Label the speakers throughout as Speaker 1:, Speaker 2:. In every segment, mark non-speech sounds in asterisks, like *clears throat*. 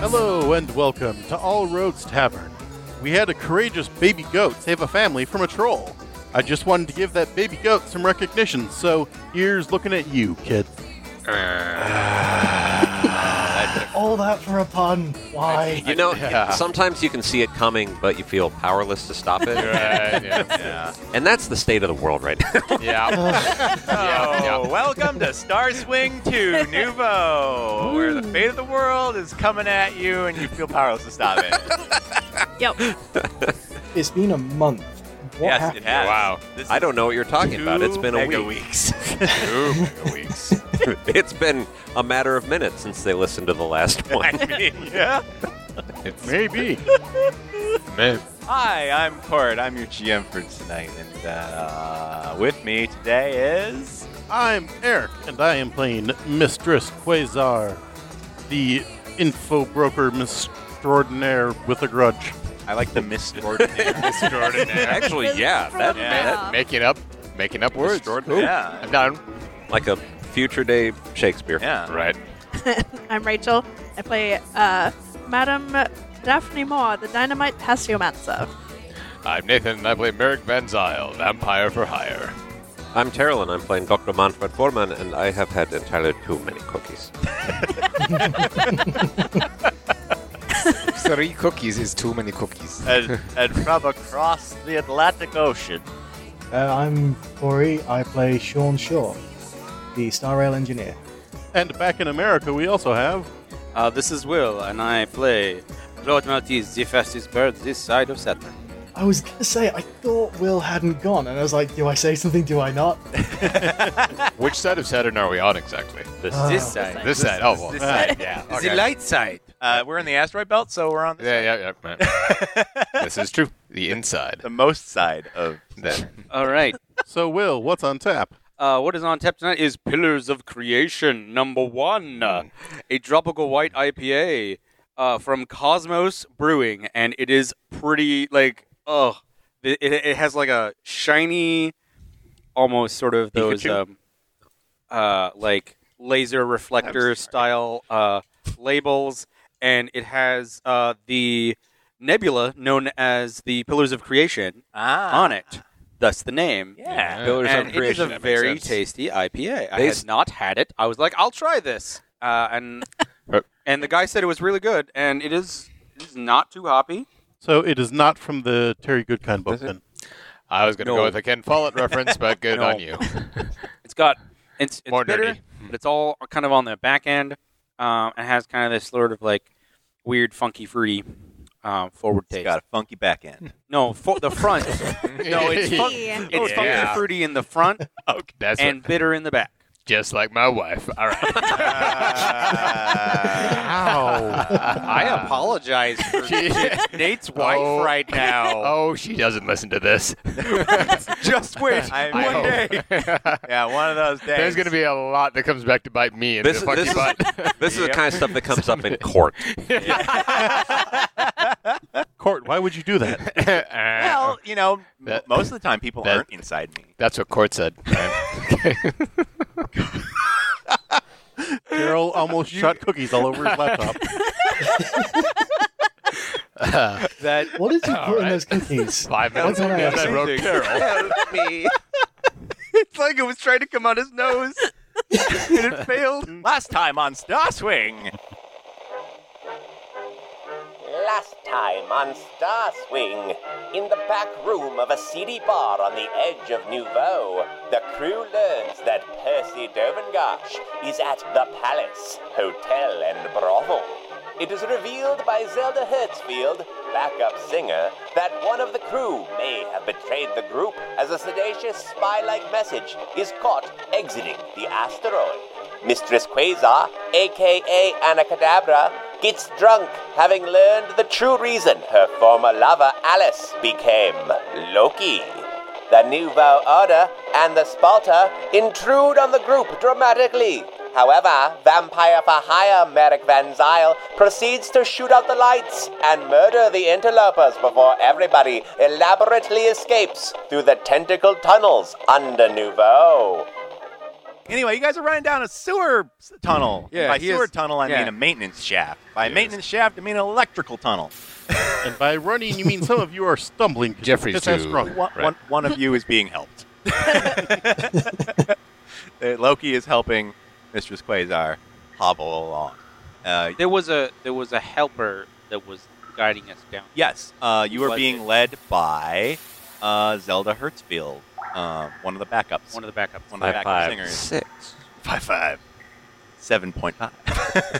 Speaker 1: Hello and welcome to All Roads Tavern. We had a courageous baby goat save a family from a troll. I just wanted to give that baby goat some recognition, so here's looking at you, kid.
Speaker 2: All that for a pun. Why?
Speaker 3: *laughs*
Speaker 4: You know,
Speaker 1: Yeah.
Speaker 4: sometimes you can see it coming, but you feel powerless to stop it.
Speaker 5: Right, yeah.
Speaker 4: And that's the state of the world right now.
Speaker 5: yeah.
Speaker 3: *laughs* Oh, welcome to Star Swing 2 Nuvo, where the fate of the world is coming at you and you feel powerless to stop
Speaker 4: *laughs*
Speaker 3: it.
Speaker 6: Yep.
Speaker 2: It's been a month. What
Speaker 3: yes,
Speaker 2: happened?
Speaker 3: it has.
Speaker 5: Wow.
Speaker 3: This
Speaker 4: I
Speaker 3: is
Speaker 4: don't know what you're talking about.
Speaker 3: two
Speaker 4: It's been a
Speaker 3: mega
Speaker 4: week.
Speaker 3: weeks.
Speaker 5: Two mega weeks.
Speaker 4: *laughs* it's been a matter of minutes since they listened to the last one.
Speaker 3: *laughs* I mean, yeah.
Speaker 5: It's
Speaker 1: Maybe.
Speaker 5: man.
Speaker 3: Hi, I'm Court. I'm your GM for tonight, and uh, with me today is
Speaker 1: I'm Eric, and I am playing Mistress Quasar, the info broker extraordinaire with a grudge.
Speaker 3: I like the
Speaker 5: *laughs*
Speaker 3: misordinary.
Speaker 5: extraordinary.
Speaker 4: Actually, yeah, that,
Speaker 3: Yeah.
Speaker 6: Rob.
Speaker 5: Making up, making up words.
Speaker 3: Extraordinary.
Speaker 5: Cool.
Speaker 3: Yeah.
Speaker 5: I'm done.
Speaker 4: that like a future day Shakespeare.
Speaker 3: yeah.
Speaker 5: Right.
Speaker 6: I'm Rachel. I play uh, Madame Daphne Moore, the Dynamite Tassiomancer.
Speaker 5: I'm Nathan, and I play Merrick Van Zyl, vampire for hire.
Speaker 4: I'm Terrell, and I'm playing Dr. Manfred Foreman, and I have had entirely too many cookies.
Speaker 7: *laughs* Three cookies is too many cookies.
Speaker 5: Uh,
Speaker 3: And, and from across the Atlantic Ocean.
Speaker 2: Uh, I'm Corey. I play Sean Shaw, the Star Rail engineer.
Speaker 1: And back in America, we also have
Speaker 8: Uh, this is Will, and I play Lord Maltese, the fastest bird this side of Saturn.
Speaker 2: I was gonna say I thought Will hadn't gone, and I was like, do I say something? Do I not?
Speaker 5: Which side of Saturn are we on exactly?
Speaker 8: This,
Speaker 2: Ah.
Speaker 8: this side.
Speaker 5: This side. Oh, well.
Speaker 3: this
Speaker 5: ah,
Speaker 3: side.
Speaker 5: yeah.
Speaker 8: It's
Speaker 5: okay.
Speaker 8: The light side.
Speaker 3: Uh, we're in the asteroid belt, so we're on the,
Speaker 5: Yeah, yeah, yeah. man. this is true. The inside.
Speaker 3: the most side of.
Speaker 5: *laughs* Then.
Speaker 8: All right.
Speaker 1: So Will, what's on tap?
Speaker 8: Uh, what is on tap tonight is Pillars of Creation number one, a tropical white IPA uh, from Cosmos Brewing, and it is pretty like oh, it, it, it has like a shiny, almost sort of those
Speaker 5: Pikachu?
Speaker 8: um, uh, like laser reflector style uh, labels, and it has uh, the nebula known as the Pillars of Creation
Speaker 3: Ah.
Speaker 8: on it. Thus the name
Speaker 3: Yeah.
Speaker 4: Pillars
Speaker 8: and
Speaker 4: of
Speaker 8: it is
Speaker 4: Creation.
Speaker 8: a
Speaker 5: that makes
Speaker 8: very
Speaker 5: sense.
Speaker 8: tasty IPA. I
Speaker 4: They
Speaker 8: had
Speaker 4: s-
Speaker 8: not had it. I was like, I'll try this, uh, and
Speaker 5: Uh,
Speaker 8: and the guy said it was really good, and it is it is not too hoppy.
Speaker 1: So it is not from the Terry Goodkind book, then.
Speaker 5: I was going to
Speaker 8: No.
Speaker 5: go with a Ken Follett reference, but good
Speaker 8: No.
Speaker 5: on you.
Speaker 8: It's got it's it's
Speaker 5: More
Speaker 8: bitter,
Speaker 5: dirty.
Speaker 8: but it's all kind of on the back end, um, and has kind of this sort of like weird, funky, fruity uh, forward
Speaker 3: It's
Speaker 8: taste.
Speaker 3: got a funky back end.
Speaker 8: No, fo- the front. no, it's fun-
Speaker 6: Yeah.
Speaker 8: it's
Speaker 5: Yeah.
Speaker 8: funky, fruity in the front,
Speaker 5: Okay, that's
Speaker 8: and bitter in the back.
Speaker 5: just like my wife. All right.
Speaker 3: *laughs*
Speaker 5: Ah.
Speaker 8: I apologize for Nate's wife
Speaker 5: Oh.
Speaker 8: right now. *laughs*
Speaker 5: Oh, she doesn't listen to this.
Speaker 8: Just wait
Speaker 3: I-
Speaker 8: one
Speaker 3: I
Speaker 8: day.
Speaker 5: day. *laughs*
Speaker 3: yeah, one of those days.
Speaker 5: There's going to be a lot that comes back to bite me in
Speaker 4: This,
Speaker 5: the
Speaker 4: is-
Speaker 5: fucking
Speaker 4: this, is,
Speaker 5: butt.
Speaker 4: *laughs* this is the kind of stuff
Speaker 3: *laughs*
Speaker 4: that comes up in court.
Speaker 1: Court, why would you do that?
Speaker 3: Well, you know, m-
Speaker 5: That-
Speaker 3: most of the time people
Speaker 5: that-
Speaker 3: aren't inside me.
Speaker 5: that's what court said.
Speaker 1: Daryl almost shot cookies all over his laptop.
Speaker 8: that
Speaker 3: *laughs*
Speaker 2: What did you put in
Speaker 5: right.
Speaker 2: those cookies?
Speaker 5: *laughs* Five minutes
Speaker 2: That's
Speaker 5: ago,
Speaker 2: amazing.
Speaker 5: I wrote Carol.
Speaker 8: help me. it's like it was trying to come out his nose.
Speaker 3: and it failed last time on Star Swing.
Speaker 9: Last time on Star Swing, in the back room of a seedy bar on the edge of Nouveau, the crew learns that Percy Dovengosh is at the Palace Hotel and Brothel. It is revealed by Zelda Hertzfield, backup singer, that one of the crew may have betrayed the group as a sedacious spy like message is caught exiting the asteroid. Mistress Quasar, aka Anacadabra, gets drunk having learned the true reason her former lover Alice became Loki. The Nouveau Order and the Sparta intrude on the group dramatically. However, Vampire for Hire Merrick Van Zyl proceeds to shoot out the lights and murder the interlopers before everybody elaborately escapes through the tentacle tunnels under Nouveau.
Speaker 3: Anyway, you guys are running down a sewer s- tunnel.
Speaker 10: Yeah,
Speaker 3: by
Speaker 10: he
Speaker 3: sewer
Speaker 10: is-
Speaker 3: tunnel, I
Speaker 10: yeah.
Speaker 3: mean a maintenance shaft. By maintenance shaft, I mean an electrical tunnel.
Speaker 1: *laughs* And by running, you mean some of you are stumbling. 'cause
Speaker 5: Jeffrey's
Speaker 1: that's how
Speaker 5: too-
Speaker 1: strong-
Speaker 3: One, one, one of you is being *laughs* helped. Uh, Loki is helping Mistress Quasar hobble along. Uh,
Speaker 8: There was a there was a helper that was guiding us down.
Speaker 3: yes, uh, you are
Speaker 8: Was
Speaker 3: being
Speaker 8: it-
Speaker 3: led by uh, Zelda Hertzfield, uh, one of the backups.
Speaker 8: One of the backups.
Speaker 3: One of the backup
Speaker 4: Five, five,
Speaker 3: singers.
Speaker 4: six.
Speaker 3: Five five. Seven point five.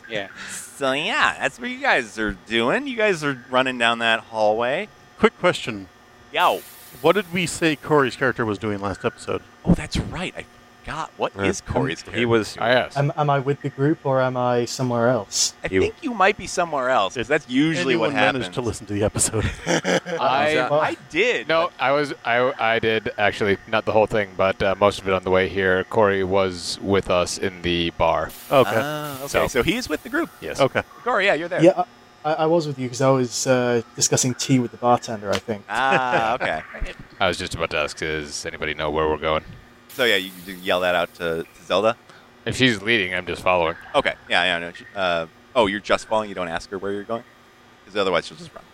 Speaker 8: *laughs* yeah.
Speaker 3: So yeah, that's what you guys are doing. You guys are running down that hallway.
Speaker 1: Quick question:
Speaker 3: Yo.
Speaker 1: What did we say Corey's character was doing last episode?
Speaker 3: Oh, that's right. I forgot. What is
Speaker 4: Uh,
Speaker 3: Corey's
Speaker 4: He
Speaker 3: character?
Speaker 4: was.
Speaker 5: I asked.
Speaker 2: Am, am I with the group or am I somewhere else?
Speaker 3: I
Speaker 4: you-
Speaker 3: think you might be somewhere else. 'cause That's usually
Speaker 1: Anyone
Speaker 3: what happens.
Speaker 1: managed to listen to the episode. *laughs*
Speaker 5: I
Speaker 2: Well,
Speaker 3: I did.
Speaker 5: no, I was I I did actually not the whole thing, but uh, most of it on the way here. Corey was with us in the bar. Oh.
Speaker 1: okay.
Speaker 3: Ah, okay. So.
Speaker 5: So-
Speaker 3: he's with the group.
Speaker 5: Yes.
Speaker 1: okay.
Speaker 3: Corey, yeah, you're there.
Speaker 2: yeah, I, I was with you because I was uh, discussing tea with the bartender, I
Speaker 3: *laughs*
Speaker 2: think.
Speaker 3: Ah, okay.
Speaker 5: I was just about to ask, does anybody know where we're going?
Speaker 3: So yeah, you, you yell that out to, to Zelda.
Speaker 5: If she's leading, I'm just following.
Speaker 3: Okay. Yeah, yeah. No, she- uh, oh, you're just following. You don't ask her where you're going, because otherwise she'll just run.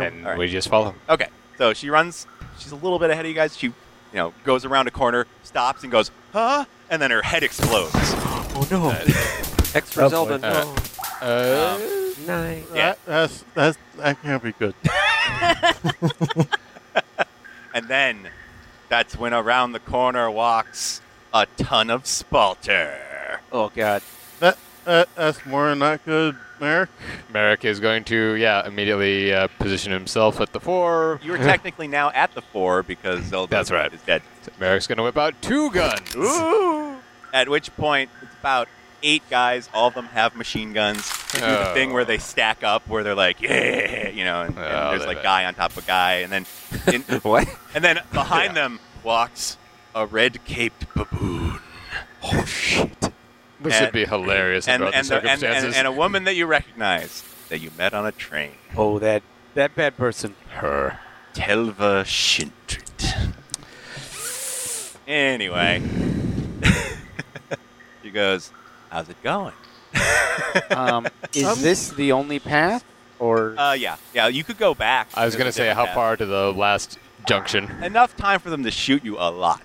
Speaker 5: And
Speaker 3: All right.
Speaker 5: we just follow.
Speaker 3: Okay. So she runs. She's a little bit ahead of you guys. She, you know, goes around a corner, stops, and goes, huh? And then her head explodes.
Speaker 4: Extra
Speaker 2: Oh,
Speaker 4: Zelda.
Speaker 5: boy.
Speaker 4: No.
Speaker 5: Uh, Uh,
Speaker 4: Nine.
Speaker 3: Yeah.
Speaker 1: That, that's, that's, that can't be good.
Speaker 3: And then, that's when around the corner walks a ton of Spalter.
Speaker 8: Oh god.
Speaker 1: That, that that's more than not good, Merrick.
Speaker 5: Merrick is going to, yeah, immediately uh, position himself at the four. *laughs*
Speaker 3: You're technically now at the four because Zelda
Speaker 5: That's right.
Speaker 3: is dead.
Speaker 5: Merrick's going to whip out two guns.
Speaker 3: Ooh. At which point, it's about eight guys. All of them have machine guns. They do the
Speaker 5: Oh.
Speaker 3: thing where they stack up, where they're like, yeah, you know, and, and
Speaker 5: Oh,
Speaker 3: there's
Speaker 5: they-
Speaker 3: like guy on top of guy, and then,
Speaker 5: *laughs*
Speaker 3: in,
Speaker 4: What?
Speaker 3: and then behind them walks a red-caped baboon. Oh shit!
Speaker 5: This
Speaker 3: And-
Speaker 5: would be hilarious
Speaker 3: And
Speaker 5: about
Speaker 3: and,
Speaker 5: the
Speaker 3: the- and,
Speaker 5: circumstances.
Speaker 3: and and a woman that you recognize that you met on a train,
Speaker 8: Oh that that bad person.
Speaker 5: Her.
Speaker 3: Telva Shintrit. Anyway, *laughs* she goes, "How's it going?"
Speaker 8: Um, *laughs* is this the only path, or
Speaker 3: Uh, yeah, yeah. You could go back.
Speaker 5: I was
Speaker 3: There's
Speaker 5: going
Speaker 3: a
Speaker 5: to say,
Speaker 3: different
Speaker 5: how
Speaker 3: path.
Speaker 5: far to the last junction?
Speaker 3: Enough time for them to shoot you a
Speaker 5: *laughs*
Speaker 3: lot.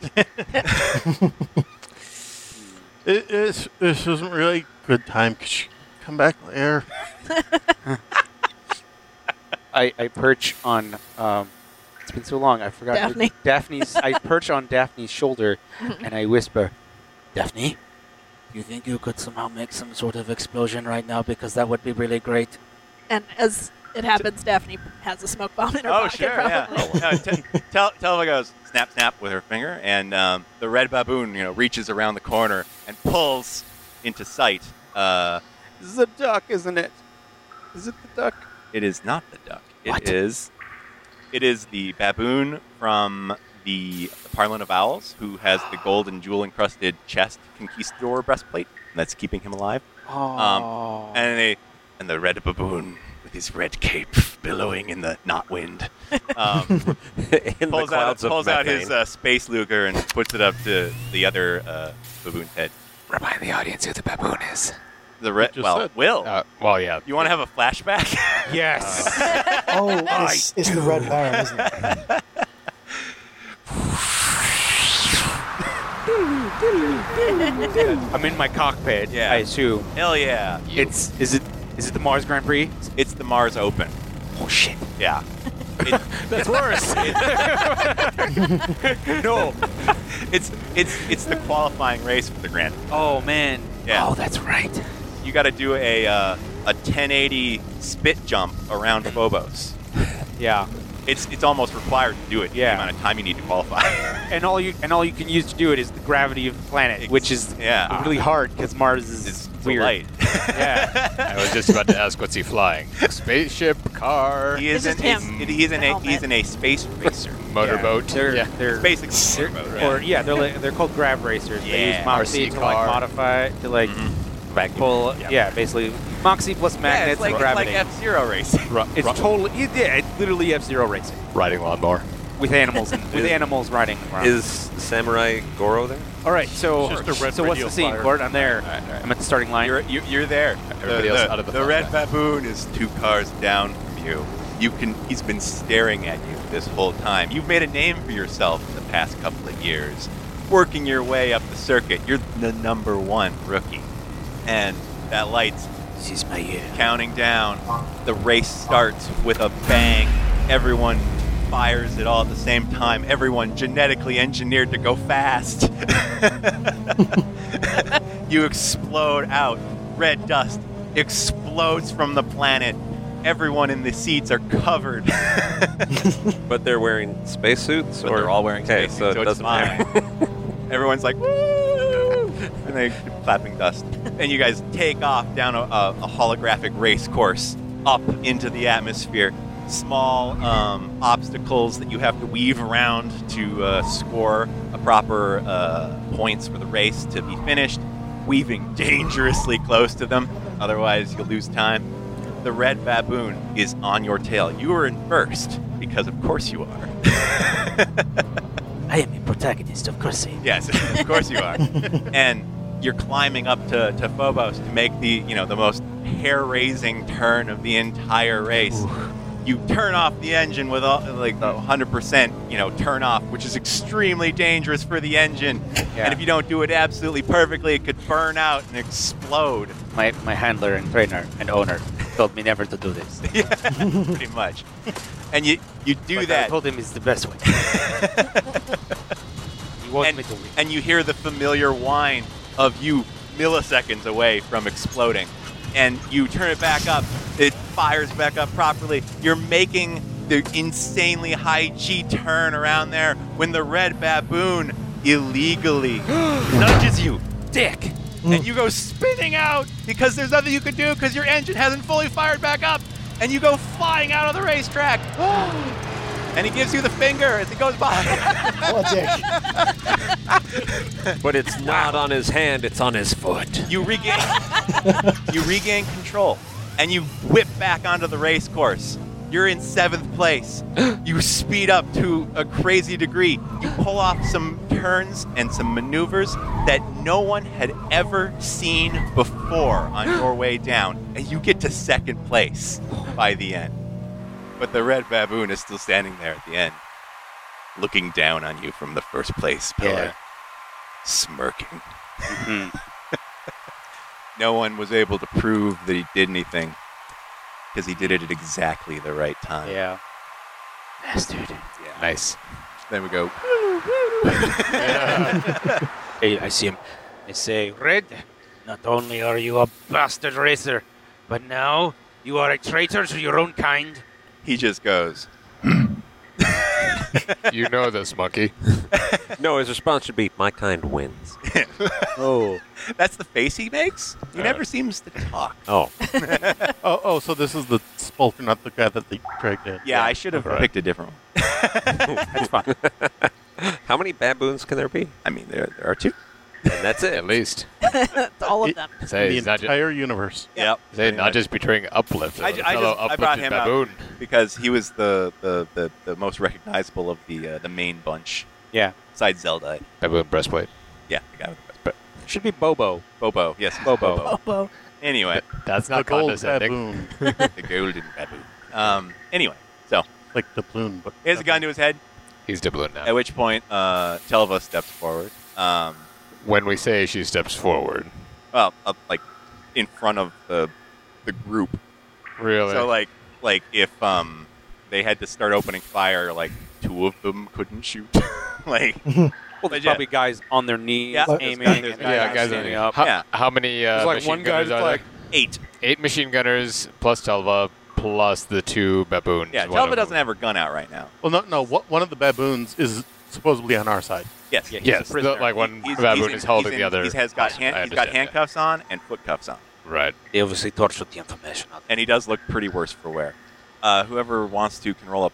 Speaker 1: It, it's, this isn't really good time. Could you come back later?
Speaker 8: I, I perch on? Um, it's been so long. I forgot. her-
Speaker 6: Daphne.
Speaker 8: *laughs* Daphne's. I perch on Daphne's shoulder, and I whisper, "Daphne, you think you could somehow make some sort of explosion right now? Because that would be really great."
Speaker 6: And as it happens, Daphne has a smoke bomb in her
Speaker 3: oh,
Speaker 6: pocket.
Speaker 3: sure, yeah.
Speaker 6: probably.
Speaker 3: No, t- tell, Telva goes snap, snap with her finger, and um, the red baboon, you know, reaches around the corner and pulls into sight. Uh,
Speaker 8: This is a duck, isn't it? Is it the duck?
Speaker 3: it is not the duck. It is.
Speaker 8: What?
Speaker 3: It is the baboon from the Parliament of Owls, who has the gold and jewel encrusted chest conquistador breastplate that's keeping him alive. Um,
Speaker 8: Oh.
Speaker 3: and they, and the red baboon with his red cape billowing in the not wind um,
Speaker 4: *laughs* *laughs* In the
Speaker 3: pulls out
Speaker 4: clouds of
Speaker 3: pulls out his
Speaker 4: methane.
Speaker 3: uh, space luger and puts it up to the other uh, baboon's head.
Speaker 11: Remind the audience who the
Speaker 3: uh,
Speaker 11: baboon is.
Speaker 3: The red
Speaker 1: just
Speaker 3: well
Speaker 1: said.
Speaker 3: will
Speaker 5: Uh, well, yeah.
Speaker 3: you want to have a flashback? *laughs*
Speaker 11: Yes.
Speaker 2: Oh, it's, it's the Red Baron, isn't
Speaker 3: *laughs*
Speaker 2: it?
Speaker 8: I'm in my cockpit.
Speaker 3: Yeah.
Speaker 8: I assume
Speaker 3: Hell yeah!
Speaker 8: it's is it is it the Mars Grand Prix?
Speaker 3: It's the Mars Open.
Speaker 8: Oh shit!
Speaker 3: Yeah,
Speaker 8: That's
Speaker 3: *laughs*
Speaker 8: worse. no.
Speaker 3: it's it's it's the qualifying race for the Grand.
Speaker 8: Oh man.
Speaker 3: Yeah.
Speaker 8: Oh, that's right.
Speaker 3: You got to do a uh, a 1080 spit jump around Phobos.
Speaker 8: Yeah.
Speaker 3: It's it's almost required to do it.
Speaker 8: Yeah.
Speaker 3: the amount of time you need to qualify. *laughs*
Speaker 8: And all you and all you can use to do it is the gravity of the planet,
Speaker 3: Ex-
Speaker 8: which is
Speaker 3: yeah.
Speaker 8: really hard because Mars is
Speaker 3: It's, it's
Speaker 8: weird.
Speaker 3: light. *laughs*
Speaker 8: Yeah.
Speaker 5: I was just about to ask, what's he flying? Spaceship, car,
Speaker 3: He
Speaker 6: It's
Speaker 3: is in
Speaker 6: just
Speaker 3: a,
Speaker 6: him.
Speaker 3: he is in a
Speaker 6: The
Speaker 3: he's in a space racer.
Speaker 5: motorboat.
Speaker 8: They're
Speaker 5: Yeah.
Speaker 8: they're
Speaker 3: Basically, motorboat, yeah.
Speaker 8: or yeah they're like, they're called grav racers. They
Speaker 3: Yeah.
Speaker 8: use Moxie
Speaker 5: RC
Speaker 8: to
Speaker 5: car. Mm-hmm.
Speaker 8: like modify it, to like pull. Yeah. basically Moxie plus
Speaker 3: Yeah,
Speaker 8: magnets
Speaker 3: it's like,
Speaker 8: and gravity.
Speaker 3: F Zero racing.
Speaker 5: Ru-
Speaker 8: It's
Speaker 5: ru-
Speaker 8: totally, it- yeah, it's literally F Zero racing.
Speaker 3: *laughs*
Speaker 5: riding lawnmower.
Speaker 12: with animals and, with
Speaker 4: Is-
Speaker 12: animals riding around.
Speaker 4: Is Samurai Goro there?
Speaker 12: all right, so
Speaker 4: It's just a red
Speaker 12: so what's
Speaker 4: radio
Speaker 12: the scene,
Speaker 4: flyer.
Speaker 12: Gordon? I'm there. I'm at the starting line.
Speaker 3: You're, you, you're there.
Speaker 12: Everybody
Speaker 3: the,
Speaker 12: else
Speaker 3: the-
Speaker 12: out of the
Speaker 3: the red baboon is two cars down from you. You can. He's been staring at you this whole time. You've made a name for yourself in the past couple of years, working your way up the circuit. You're the number one rookie, and that light's
Speaker 13: this is my year.
Speaker 3: counting down. The race starts with a bang. Everyone fires it all at the same time. Everyone genetically engineered to go fast. *laughs* you explode out. Red dust explodes from the planet. Everyone in the seats are covered.
Speaker 4: But they're wearing spacesuits,
Speaker 3: But
Speaker 4: or
Speaker 3: they're all wearing
Speaker 4: okay,
Speaker 3: spacesuits,
Speaker 4: so it
Speaker 3: so it's
Speaker 4: doesn't
Speaker 3: *laughs*
Speaker 4: matter.
Speaker 3: Everyone's like, woo! And they clapping dust. And you guys take off down a, a, a holographic race course up into the atmosphere. Small um, obstacles that you have to weave around to uh, score a proper uh, points for the race to be finished, weaving *laughs* dangerously close to them. Otherwise, you'll lose time. The red baboon is on your tail. You are in first because, of course, you are.
Speaker 13: I am a protagonist, of course.
Speaker 3: Yes, *laughs* of course you are. and you're climbing up to, to Phobos to make the you know the most hair-raising turn of the entire race. You turn off the engine with all, like the 100% you know turn off, which is extremely dangerous for the engine. And if you don't do it absolutely perfectly, it could burn out and explode.
Speaker 13: My, my handler and trainer and owner told me never to do this.
Speaker 3: yeah, pretty much. And you you do
Speaker 13: But I
Speaker 3: that.
Speaker 13: told him it's the best way.
Speaker 3: and, and you hear the familiar whine of you milliseconds away from exploding. And you turn it back up. It fires back up properly. You're making the insanely high G turn around there when the red baboon illegally nudges you. Dick! And you go spinning out because there's nothing you can do because your engine hasn't fully fired back up. And you go flying out of the racetrack. *gasps* and he gives you the finger as he goes by.
Speaker 2: What dick.
Speaker 4: *laughs* but it's not on his hand; it's on his foot.
Speaker 3: You regain *laughs* you regain control and you whip back onto the race course. You're in seventh place. You speed up to a crazy degree. You pull off some turns and some maneuvers that no one had ever seen before on your way down, and you get to second place by the end. But the red baboon is still standing there at the end, looking down on you from the first place pillar,
Speaker 8: Yeah.
Speaker 3: smirking.
Speaker 12: Hmm.
Speaker 3: no one was able to prove that he did anything because he did it at exactly the right time.
Speaker 8: Yeah.
Speaker 13: Bastard.
Speaker 3: Nice. Then we go.
Speaker 13: Hey, I see him. I say, Red, not only are you a bastard racer, but now you are a traitor to your own kind.
Speaker 3: He just goes.
Speaker 5: you know
Speaker 3: *laughs*
Speaker 5: this monkey.
Speaker 4: *laughs* no, his response should be, "My kind wins."
Speaker 3: oh. That's the face he makes? He never seems to talk.
Speaker 4: Oh,
Speaker 1: oh, oh, so this is the Spulker, not the guy that they dragged in.
Speaker 3: Yeah, I should have
Speaker 1: uh,
Speaker 3: picked a different one.
Speaker 4: *laughs* that's fine. *laughs* How many baboons can there be?
Speaker 3: I mean, there, there are two.
Speaker 4: And that's it. At
Speaker 5: least.
Speaker 6: All of them.
Speaker 5: Say,
Speaker 1: the
Speaker 5: he's not ju-
Speaker 1: entire universe.
Speaker 3: Yep.
Speaker 5: Say, not just betraying Uplift.
Speaker 3: I,
Speaker 5: a
Speaker 3: ju- I
Speaker 5: fellow
Speaker 3: just I brought
Speaker 5: uplifted
Speaker 3: him
Speaker 5: baboon.
Speaker 3: out because he was the, the, the, the most recognizable of the uh, the main bunch.
Speaker 12: Yeah.
Speaker 3: Besides Zelda.
Speaker 5: Baboon breastplate.
Speaker 3: Yeah, the guy with the
Speaker 12: Should be Bobo.
Speaker 3: Bobo. Yes,
Speaker 12: Bobo.
Speaker 6: Bobo.
Speaker 5: *laughs*
Speaker 3: Anyway,
Speaker 5: That's
Speaker 1: The
Speaker 5: not
Speaker 1: gold
Speaker 5: condescending.
Speaker 1: baboon.
Speaker 3: the golden baboon. Um. Anyway, so
Speaker 1: *laughs* like the balloon, but
Speaker 3: he has a gun to his head.
Speaker 5: He's the balloon now.
Speaker 3: At which point, uh, Telva steps forward. Um,
Speaker 5: When we say she steps forward,
Speaker 3: well, up, like in front of the the group.
Speaker 5: really,
Speaker 3: So like like if um they had to start opening fire, like two of them couldn't shoot. *laughs* like
Speaker 5: *laughs*
Speaker 12: Well, there's
Speaker 3: Yeah.
Speaker 12: probably guys on their knees
Speaker 3: Yeah.
Speaker 12: aiming.
Speaker 3: There's
Speaker 12: and
Speaker 5: yeah, guys,
Speaker 12: standing
Speaker 5: are-
Speaker 12: up.
Speaker 5: How,
Speaker 3: Yeah.
Speaker 5: how many? Uh,
Speaker 8: There's like
Speaker 5: machine
Speaker 8: one
Speaker 5: gunners
Speaker 8: guy's
Speaker 5: are
Speaker 8: like,
Speaker 5: there?
Speaker 3: eight.
Speaker 5: eight machine gunners plus Telva plus the two baboons.
Speaker 3: Yeah,
Speaker 5: One
Speaker 3: Telva
Speaker 5: of
Speaker 3: doesn't
Speaker 5: them-
Speaker 3: have her gun out right now.
Speaker 1: Well, no, no. What, one of the baboons is supposedly on our *laughs* side.
Speaker 3: Yes, yeah,
Speaker 12: he's
Speaker 5: Yes, the, like one baboon
Speaker 3: in-
Speaker 5: is
Speaker 3: he's
Speaker 5: holding
Speaker 3: in-
Speaker 5: the other.
Speaker 3: He has got hand,
Speaker 5: I
Speaker 3: he's got
Speaker 5: understand,
Speaker 3: handcuffs on and foot cuffs on,
Speaker 5: yeah. Right.
Speaker 13: They obviously tortured the information. out.
Speaker 3: and he does look pretty worse for wear. Uh, whoever wants to can roll a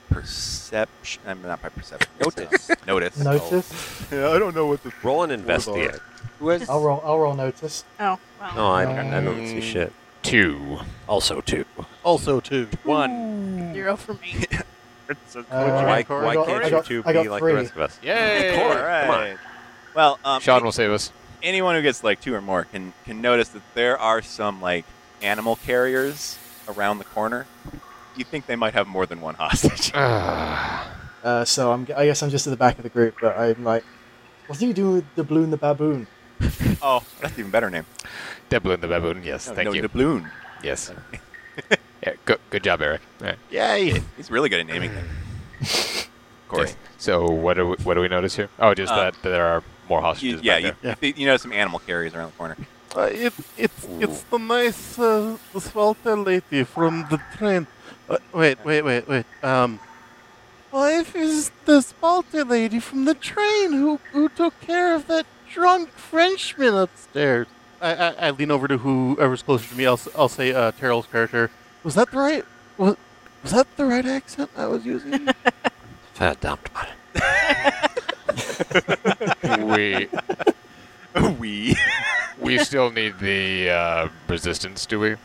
Speaker 3: perception. I'm mean, not by perception.
Speaker 4: Notice.
Speaker 3: *laughs* notice.
Speaker 2: Notice.
Speaker 1: I don't know what the.
Speaker 4: Roll and investigate.
Speaker 12: Who has-
Speaker 2: I'll roll. I'll roll notice.
Speaker 6: Oh, wow.
Speaker 4: No, I, I don't see
Speaker 5: Mm.
Speaker 4: shit.
Speaker 5: Two.
Speaker 4: Also two.
Speaker 1: Also, too.
Speaker 12: One.
Speaker 6: Zero for me.
Speaker 12: It's a-
Speaker 3: why,
Speaker 2: Uh, I
Speaker 3: why
Speaker 2: got-
Speaker 3: can't
Speaker 2: I got-
Speaker 3: you two
Speaker 2: I got
Speaker 3: be like
Speaker 2: three.
Speaker 3: the rest of us?
Speaker 5: Yay!
Speaker 3: Corey,
Speaker 5: Alright.
Speaker 3: come on. Well, um,
Speaker 5: Sean will save us. *sighs*
Speaker 3: anyone who gets like two or more can can notice that there are some like animal carriers around the corner. You think they might have more than one hostage? *laughs*
Speaker 2: Uh, so I'm, I guess I'm just at the back of the group, but I'm like, what do you do with the balloon, the baboon?
Speaker 3: oh, that's an even better name.
Speaker 5: Debloon the baboon. Yes,
Speaker 3: No,
Speaker 5: thank
Speaker 3: no,
Speaker 5: you.
Speaker 3: Debloon. *laughs*
Speaker 5: Yes. yeah, good, good job, Eric. All right.
Speaker 3: Yay! He's really good at naming things. Corey.
Speaker 5: Yes. So what do we, what do we notice here? Oh, just
Speaker 3: Uh,
Speaker 5: that there are more
Speaker 3: You,
Speaker 5: hostages.
Speaker 3: yeah,
Speaker 5: back
Speaker 3: you,
Speaker 5: there.
Speaker 3: you- you know some animal carriers around the *laughs* corner.
Speaker 1: Uh, it, it's it's the nice uh, swelter lady from the train. Uh, wait, wait, wait, wait. Um, Life is the swelter lady from the train who who took care of that drunk Frenchman upstairs. I I, I lean over to whoever's closer to me. I'll s- I'll say uh, Terrell's character. Was that the right? Was, was that the right accent I was using?
Speaker 4: Verdammt.
Speaker 3: *laughs*
Speaker 5: we
Speaker 3: we
Speaker 5: we still need the uh, resistance, do we?
Speaker 3: Uh,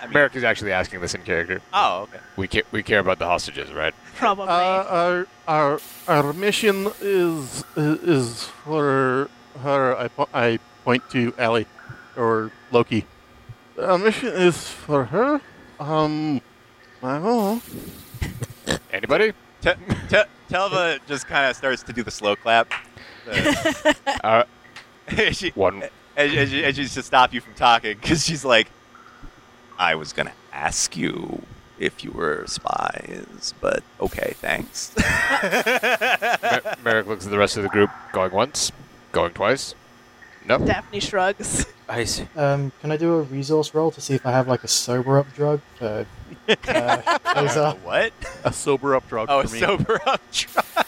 Speaker 3: I mean-
Speaker 5: Merrick is actually asking this in character.
Speaker 3: Oh, okay.
Speaker 5: We care, we care about the hostages, right?
Speaker 6: Probably.
Speaker 1: Uh, our, our our mission is is for her. I, po- I point to Allie or Loki. Our mission is for her. Um, I don't know.
Speaker 5: Anybody?
Speaker 3: Te- te- Telva just kind of starts to do the slow clap.
Speaker 5: Uh,
Speaker 3: *laughs* she,
Speaker 5: one.
Speaker 3: As, as, as she's to stop you from talking, because she's like, I was going to ask you if you were spies, but okay, thanks. *laughs*
Speaker 5: Mer- Merrick looks at the rest of the group, going once, going twice. No.
Speaker 6: Daphne shrugs. *laughs*
Speaker 8: I see.
Speaker 2: Um, can I do a resource roll to see if I have like a sober up drug? For,
Speaker 3: *laughs*
Speaker 2: uh, Because
Speaker 3: what?
Speaker 1: A sober up drug.
Speaker 3: Oh,
Speaker 1: for
Speaker 3: a
Speaker 1: me.
Speaker 3: sober up truck.